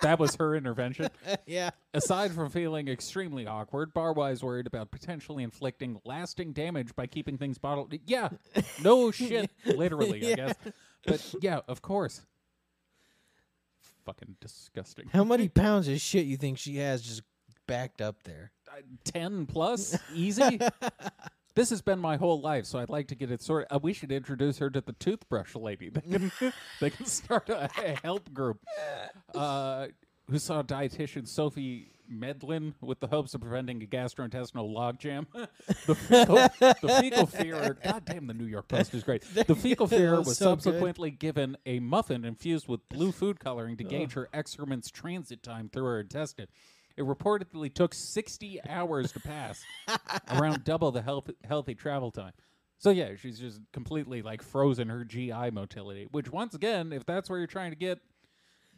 [SPEAKER 1] That was her intervention.
[SPEAKER 2] yeah.
[SPEAKER 1] Aside from feeling extremely awkward, Barwise worried about potentially inflicting lasting damage by keeping things bottled. Yeah, no shit, literally, I guess. But yeah, of course. Fucking disgusting.
[SPEAKER 2] How many pounds of shit you think she has just backed up there?
[SPEAKER 1] 10 plus easy this has been my whole life so i'd like to get it sorted uh, we should introduce her to the toothbrush lady they can, [LAUGHS] they can start a, a help group uh, who saw dietitian sophie medlin with the hopes of preventing a gastrointestinal logjam [LAUGHS] the, fecal, the fecal fear god damn the new york post is
[SPEAKER 2] [LAUGHS]
[SPEAKER 1] great the fecal fear
[SPEAKER 2] was
[SPEAKER 1] was
[SPEAKER 2] so good.
[SPEAKER 1] subsequently given a muffin infused with blue food coloring to gauge her excrement's transit time through her intestine it reportedly took 60 hours to
[SPEAKER 2] [LAUGHS]
[SPEAKER 1] pass, around double the health, healthy travel time. So, yeah, she's just completely like frozen her GI motility, which, once again, if that's where you're trying to get,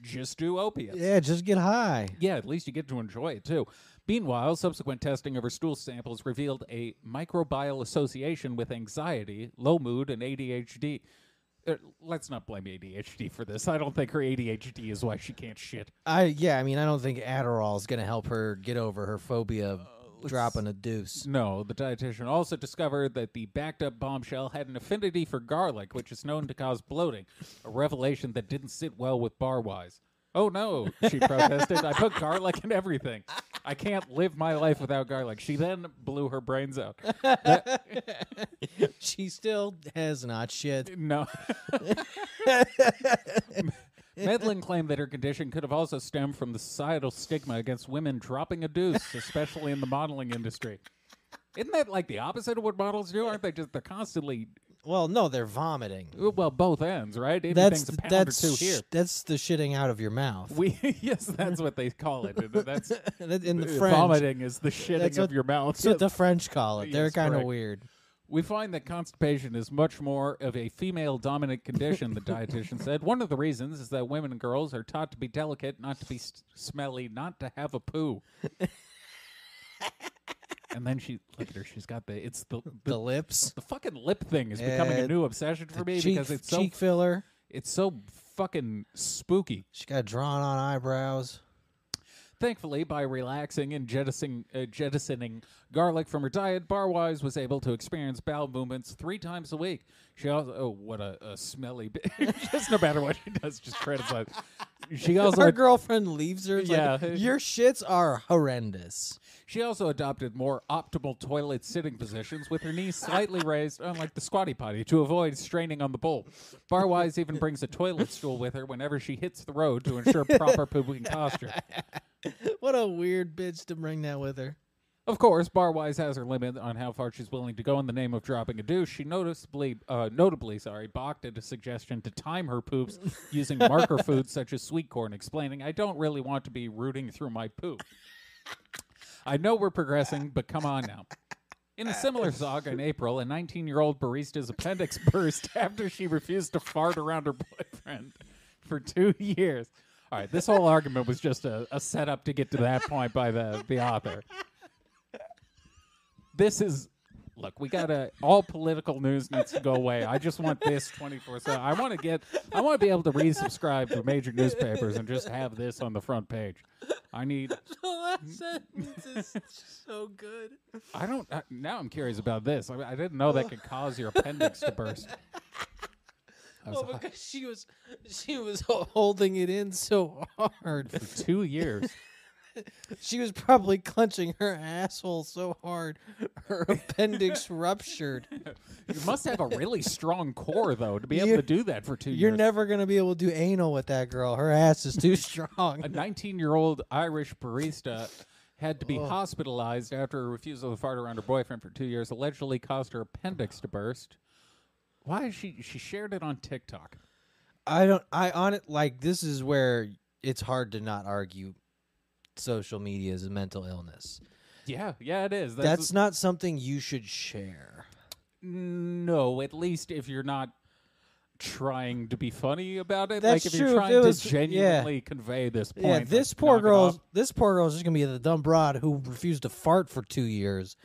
[SPEAKER 1] just do opiates.
[SPEAKER 2] Yeah, just get high.
[SPEAKER 1] Yeah, at least you get to enjoy it too. Meanwhile, subsequent testing of her stool samples revealed a microbial association with anxiety, low mood, and ADHD. Uh, let's not blame ADHD for this. I don't think her ADHD is why she can't shit.
[SPEAKER 2] I yeah, I mean, I don't think Adderall is gonna help her get over her phobia of dropping a deuce.
[SPEAKER 1] No, the dietitian also discovered that the backed up bombshell had an affinity for garlic, which is known to cause bloating, a revelation that didn't sit well with Barwise. Oh no, she protested. I put garlic in everything. I can't live my life without garlic. She then blew her brains out.
[SPEAKER 2] [LAUGHS] she still has not shit.
[SPEAKER 1] No. Medlin claimed that her condition could have also stemmed from the societal stigma against women dropping a deuce, especially in the modeling industry. Isn't that like the opposite of what models do? Aren't they just they're constantly
[SPEAKER 2] Well, no, they're vomiting.
[SPEAKER 1] well both ends, right?
[SPEAKER 2] That's
[SPEAKER 1] Everything's a
[SPEAKER 2] the,
[SPEAKER 1] pound
[SPEAKER 2] that's
[SPEAKER 1] or two here.
[SPEAKER 2] sh- that's the shitting out of your mouth.
[SPEAKER 1] [LAUGHS] We yes, that's what they call it. and That's
[SPEAKER 2] That- in [LAUGHS] the French,
[SPEAKER 1] uh, vomiting is the shitting
[SPEAKER 2] That's
[SPEAKER 1] of
[SPEAKER 2] what-
[SPEAKER 1] your mouth.
[SPEAKER 2] that's what the French
[SPEAKER 1] [LAUGHS]
[SPEAKER 2] call it. They're
[SPEAKER 1] Yes,
[SPEAKER 2] kind of
[SPEAKER 1] correct.
[SPEAKER 2] weird.
[SPEAKER 1] We find that constipation is much more of a female dominant condition,
[SPEAKER 2] [LAUGHS]
[SPEAKER 1] the dietitian said. One of the reasons is that women and girls are taught to be delicate, not to be s smelly, not to have a
[SPEAKER 2] [LAUGHS]
[SPEAKER 1] poo. and then she, look at her, she's got the, it's the, the,
[SPEAKER 2] The lips,
[SPEAKER 1] the fucking lip thing is becoming
[SPEAKER 2] Yeah,
[SPEAKER 1] a new obsession for me
[SPEAKER 2] cheek,
[SPEAKER 1] because it's so,
[SPEAKER 2] cheek filler.
[SPEAKER 1] it's so fucking spooky.
[SPEAKER 2] She got drawn on eyebrows.
[SPEAKER 1] Thankfully, by relaxing and jettisoning, uh, jettisoning garlic from her diet, Barwise was able to experience bowel movements three times a week. She also, oh, what a, a smelly bitch. [LAUGHS] just no matter what she does, just criticize. She also,
[SPEAKER 2] Her girlfriend leaves her. It's like,
[SPEAKER 1] Yeah.
[SPEAKER 2] your shits are horrendous.
[SPEAKER 1] she also adopted more optimal toilet sitting positions with her knees slightly raised, unlike the squatty potty, to avoid straining on the bowl. Barwise even brings a toilet stool with her whenever she hits the road to ensure proper pooping posture.
[SPEAKER 2] What a weird bitch to bring that with [LAUGHS] her.
[SPEAKER 1] Of course, Barwise has her limit on how far she's willing to go in the name of dropping a douche. She noticeably, uh, notably, sorry, balked at a suggestion to time her poops using marker foods such as sweet corn, explaining, "I don't really want to be rooting through my poop. I know we're progressing, but come on now." In a similar saga in April, a 19-year-old barista's appendix [LAUGHS] burst after she refused to fart around her boyfriend for two years. All right, this whole argument was just a, a setup to get to that point by the, the author this is look we gotta all political news needs to go away i just want this 24 7 i want to get i want to be able to resubscribe to major newspapers and just have this on the front page i need
[SPEAKER 2] The [LAUGHS] last sentence is so good.
[SPEAKER 1] i don't uh, now i'm curious about this i, I didn't know that could cause your appendix to burst
[SPEAKER 2] Well, because she was she was ho- holding it in so hard.
[SPEAKER 1] for two years
[SPEAKER 2] She was probably clenching her asshole so hard [LAUGHS] her appendix [LAUGHS] ruptured.
[SPEAKER 1] you must have a really strong core though to be able
[SPEAKER 2] You're-
[SPEAKER 1] to do that for 2
[SPEAKER 2] You're
[SPEAKER 1] years
[SPEAKER 2] never gonna be able to do anal with that girl. Her ass is too [LAUGHS] strong.
[SPEAKER 1] a 19 year old Irish barista had to be hospitalized after a refusal to fart around her boyfriend for two years, allegedly caused her appendix to burst. Why is she? She shared it on TikTok.
[SPEAKER 2] I don't. I on it like this is where it's hard to not argue. Social media is a mental illness.
[SPEAKER 1] Yeah, yeah, it is.
[SPEAKER 2] That's, not something you should share.
[SPEAKER 1] no. At least if you're not trying to be funny about it,
[SPEAKER 2] That's
[SPEAKER 1] like if
[SPEAKER 2] true,
[SPEAKER 1] you're
[SPEAKER 2] if
[SPEAKER 1] trying
[SPEAKER 2] it was-
[SPEAKER 1] to
[SPEAKER 2] yeah.
[SPEAKER 1] genuinely convey this point.
[SPEAKER 2] yeah,
[SPEAKER 1] like,
[SPEAKER 2] this poor
[SPEAKER 1] knock it
[SPEAKER 2] girl.
[SPEAKER 1] off.
[SPEAKER 2] This poor girl's just gonna be the dumb broad who refused to fart for two years,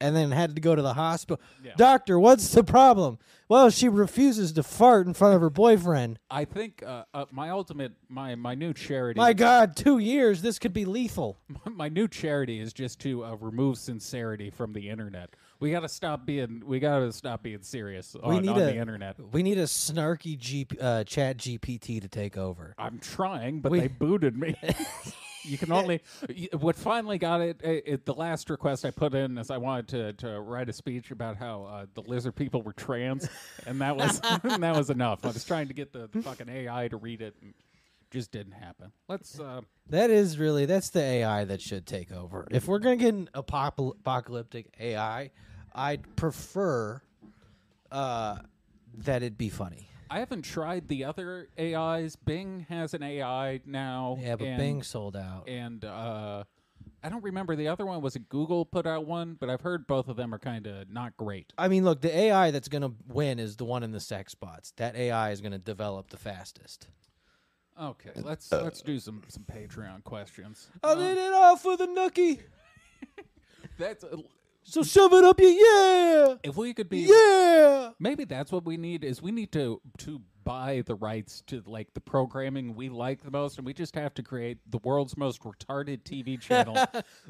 [SPEAKER 2] and then had to go to the hospital. Doctor, what's the problem? Well, she refuses to fart in front of her boyfriend.
[SPEAKER 1] I think uh, uh, my ultimate, my my new charity,
[SPEAKER 2] My God, two years. This could be lethal.
[SPEAKER 1] [LAUGHS] my new charity is just to uh, remove sincerity from the internet. We gotta stop being, we gotta stop being serious on,
[SPEAKER 2] need
[SPEAKER 1] on
[SPEAKER 2] a-
[SPEAKER 1] the internet.
[SPEAKER 2] We need a snarky G- uh, Chat GPT to take over.
[SPEAKER 1] I'm trying, but
[SPEAKER 2] We-
[SPEAKER 1] they booted
[SPEAKER 2] [LAUGHS]
[SPEAKER 1] me. you can only. y- What finally got it, it, it- The last request I put in is I wanted to, to write a speech about how uh, the lizard people were trans, and that was [LAUGHS] and that was enough. I was trying to get the, the fucking AI to read it, and just didn't happen. Let's. Uh,
[SPEAKER 2] That is really that's the AI that should take over. If we're gonna get an apocal- apocalyptic AI, I'd prefer uh, that it be funny.
[SPEAKER 1] I haven't tried the other AIs. Bing has an AI now.
[SPEAKER 2] Yeah, but
[SPEAKER 1] and-
[SPEAKER 2] Bing sold out.
[SPEAKER 1] and uh, I don't remember the other one. Was it Google put out one? But I've heard both of them are kind of not great.
[SPEAKER 2] I mean, look, the AI that's gonna win is the one in the sex bots. That AI is gonna develop the fastest.
[SPEAKER 1] Okay, let's uh, let's do some some Patreon questions.
[SPEAKER 2] I did it all for the nookie,
[SPEAKER 1] That's
[SPEAKER 2] so shove it up your yeah,
[SPEAKER 1] if we could be
[SPEAKER 2] yeah.
[SPEAKER 1] maybe that's what we need is we need to to buy the rights to like the programming we like the most and we just have to create the world's most retarded TV channel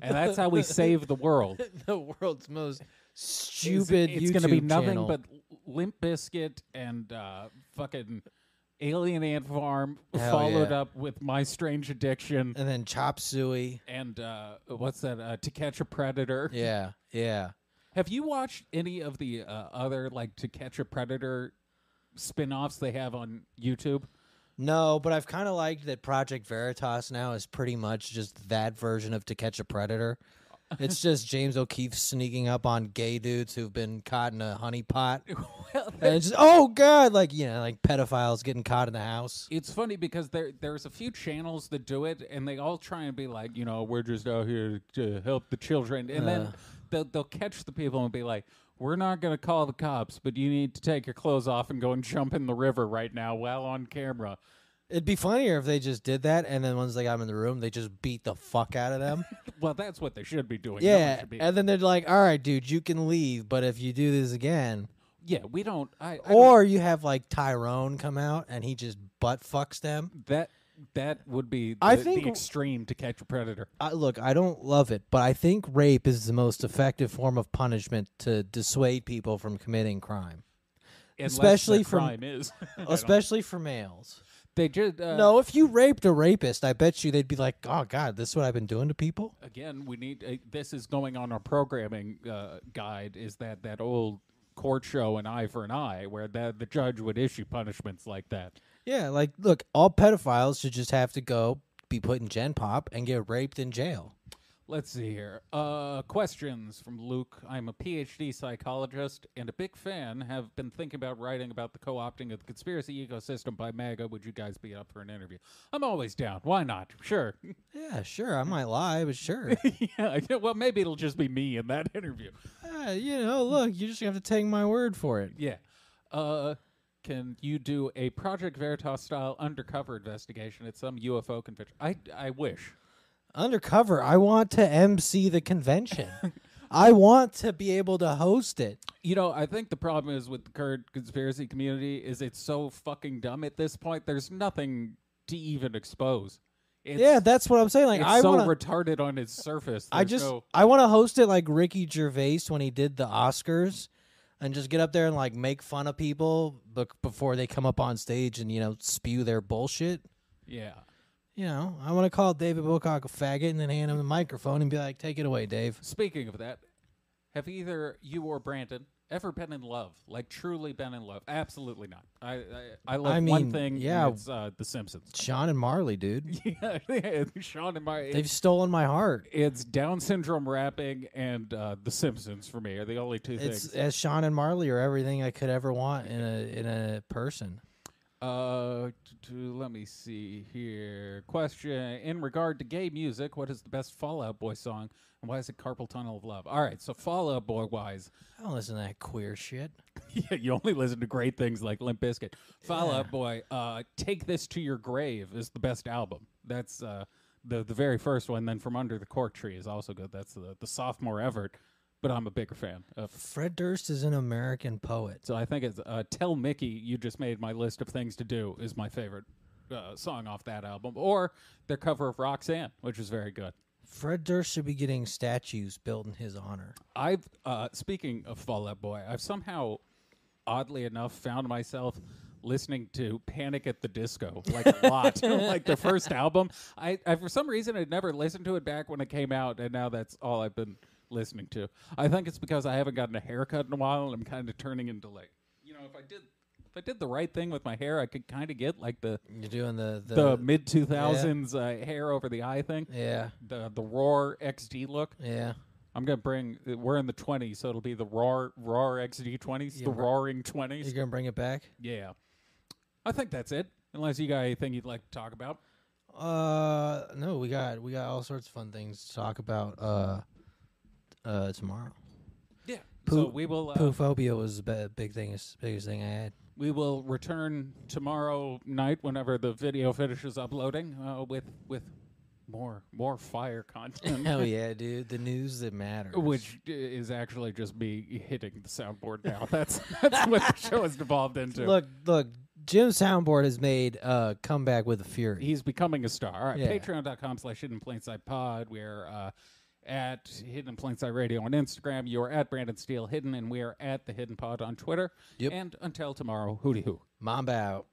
[SPEAKER 1] and that's how we save [LAUGHS] the world.
[SPEAKER 2] The world's most
[SPEAKER 1] It's-
[SPEAKER 2] stupid.
[SPEAKER 1] It's, gonna be
[SPEAKER 2] YouTube
[SPEAKER 1] nothing
[SPEAKER 2] channel.
[SPEAKER 1] but Limp Biscuit and uh, fucking Alien Ant Farm
[SPEAKER 2] Hell
[SPEAKER 1] followed
[SPEAKER 2] yeah.
[SPEAKER 1] up with My Strange Addiction
[SPEAKER 2] and then chop suey.
[SPEAKER 1] and uh, what's that uh, To Catch a Predator.
[SPEAKER 2] Yeah, yeah.
[SPEAKER 1] Have you watched any of the uh, other like To Catch a Predator spin-offs they have on YouTube?
[SPEAKER 2] No, but I've kind of liked that Project Veritas now is pretty much just that version of To Catch a Predator.
[SPEAKER 1] [LAUGHS]
[SPEAKER 2] It's just James O'Keefe sneaking up on gay dudes who've been caught in a
[SPEAKER 1] [LAUGHS]
[SPEAKER 2] honeypot. and it's just, oh, God, like, you know, like pedophiles getting caught in the house.
[SPEAKER 1] It's funny because there there's a few channels that do it, and they all try and be like, you know, we're just out here to help the children, and
[SPEAKER 2] Uh.
[SPEAKER 1] then they'll, they'll catch the people and be like, we're not going to call the cops, but you need to take your clothes off and go and jump in the river right now while on camera.
[SPEAKER 2] It'd be funnier if they just did that, and then once they got them in the room, they just beat the fuck out of
[SPEAKER 1] [LAUGHS]
[SPEAKER 2] them.
[SPEAKER 1] Well, that's what they should be doing. No one
[SPEAKER 2] yeah.
[SPEAKER 1] should be-
[SPEAKER 2] And then they're like, all right, dude, you can leave, but if you do this again.
[SPEAKER 1] yeah. We don't. I, I don't-
[SPEAKER 2] Or you have like Tyrone come out and he just butt fucks them.
[SPEAKER 1] that that would be the,
[SPEAKER 2] I think-
[SPEAKER 1] the extreme to catch a predator.
[SPEAKER 2] I, look, I don't love it, but I think rape is the most effective form of punishment to dissuade people from committing crime,
[SPEAKER 1] unless
[SPEAKER 2] Especially
[SPEAKER 1] the
[SPEAKER 2] from-
[SPEAKER 1] crime is. [LAUGHS] I don't-
[SPEAKER 2] especially for males.
[SPEAKER 1] they just uh,
[SPEAKER 2] No, if you raped a rapist, I bet you they'd be like, "Oh God, this is what I've been doing to people."
[SPEAKER 1] again we need uh, this is going on our programming uh, guide is that that old court show an eye for an eye where the, the judge would issue punishments like that
[SPEAKER 2] Yeah, like, look, all pedophiles should just have to go be put in Gen Pop and get raped in jail.
[SPEAKER 1] let's see here uh, questions from luke i'm a phd psychologist and a big fan have been thinking about writing about the co-opting of the conspiracy ecosystem by maga would you guys be up for an interview i'm always down why not sure [LAUGHS]
[SPEAKER 2] Yeah, sure, I might lie, but sure,
[SPEAKER 1] yeah yeah, well maybe it'll just be me in that [LAUGHS] interview
[SPEAKER 2] Uh, you know, look, you just have to take my word for it.
[SPEAKER 1] Yeah. Uh, can you do a Project Veritas style undercover investigation at some UFO convention? I, I wish.
[SPEAKER 2] Undercover, I want to MC the convention. I want to be able to host it.
[SPEAKER 1] You know, I think the problem is with the current conspiracy community is it's so fucking dumb at this point. There's nothing to even expose. It's,
[SPEAKER 2] yeah, that's what I'm saying. Like
[SPEAKER 1] it's
[SPEAKER 2] I
[SPEAKER 1] so
[SPEAKER 2] want to
[SPEAKER 1] retarded on its surface.
[SPEAKER 2] I
[SPEAKER 1] There's
[SPEAKER 2] just
[SPEAKER 1] no-
[SPEAKER 2] I want to host it like Ricky Gervais when he did the Oscars and just get up there and like make fun of people bec- before they come up on stage and you know spew their bullshit.
[SPEAKER 1] yeah.
[SPEAKER 2] You know, I want to call David Wilcock a faggot and then hand him the microphone and be like, "Take it away, Dave."
[SPEAKER 1] Speaking of that, have either you or Brandon ever been in love, like truly been in love. Absolutely not. I I, I love one
[SPEAKER 2] mean,
[SPEAKER 1] thing. and
[SPEAKER 2] yeah.
[SPEAKER 1] it's uh, The Simpsons.
[SPEAKER 2] Sean and Marley, dude.
[SPEAKER 1] [LAUGHS] yeah, it's Sean and my
[SPEAKER 2] They've stolen my heart.
[SPEAKER 1] it's Down syndrome rapping and uh, The Simpsons for me are the only two
[SPEAKER 2] It's
[SPEAKER 1] things.
[SPEAKER 2] as Sean and Marley are everything I could ever want in a in a person.
[SPEAKER 1] Uh, t- t- let me see here. Question in regard to gay music, what is the best Fallout Boy song, and why is it "Carpal Tunnel of Love"? All right, so Fallout Boy wise,
[SPEAKER 2] I don't listen to that queer shit.
[SPEAKER 1] [LAUGHS] yeah, you only listen to great things like Limp Bizkit. Fall Out Boy, uh, Take This to Your Grave is the best album. That's uh, the the very first one. Then From Under the Cork Tree is also good. That's the the sophomore effort. But I'm a bigger fan of
[SPEAKER 2] Fred Durst is an American poet.
[SPEAKER 1] So I think it's uh, "Tell Mickey You Just Made My List of Things to Do" is my favorite uh, song off that album, or their cover of Roxanne, which is very good.
[SPEAKER 2] Fred Durst should be getting statues built in his honor.
[SPEAKER 1] I've uh, speaking of Fall Out Boy, I've somehow, oddly enough, found myself listening to Panic at the Disco like a
[SPEAKER 2] [LAUGHS]
[SPEAKER 1] lot, [LAUGHS] like their first album. I, I for some reason had never listened to it back when it came out, and now that's all I've been listening to. I think it's because I haven't gotten a haircut in a while, and I'm kind of turning into like, you know, if I did. If I did the right thing with my hair, I could kind of get like the
[SPEAKER 2] You're doing the the,
[SPEAKER 1] the mid two thousands uh, hair over the eye thing,
[SPEAKER 2] yeah
[SPEAKER 1] the the roar XD look.
[SPEAKER 2] yeah.
[SPEAKER 1] I'm gonna bring. We're in the 20s, so it'll be the roar, roar XD 20s, the roaring 20s.
[SPEAKER 2] You're gonna bring it back.
[SPEAKER 1] yeah, I think that's it. Unless you got anything you'd like to talk about.
[SPEAKER 2] Uh, no, we got we got all sorts of fun things to talk about. Uh, uh, tomorrow.
[SPEAKER 1] Yeah. so
[SPEAKER 2] Poo-
[SPEAKER 1] we will. Uh,
[SPEAKER 2] Poo phobia was the be- big thing, biggest thing I had.
[SPEAKER 1] we will return tomorrow night whenever the video finishes uploading uh, with with more more fire
[SPEAKER 2] [LAUGHS]
[SPEAKER 1] content.
[SPEAKER 2] Hell yeah, dude! The news that matters.
[SPEAKER 1] Which i- is actually just me hitting the soundboard now. That's [LAUGHS] that's what the show has devolved into.
[SPEAKER 2] look, look, Jim Soundboard has made a comeback with a fury.
[SPEAKER 1] he's becoming a star. Uh, All right,
[SPEAKER 2] Yeah.
[SPEAKER 1] patreon.com slash hidden in plain sight pod. We're uh, at hidden in plain sight radio on Instagram. You're at Brandon Steele Hidden, and we are at the Hidden Pod on Twitter.
[SPEAKER 2] Yep.
[SPEAKER 1] And until tomorrow, hooty hoo.
[SPEAKER 2] Mamba out.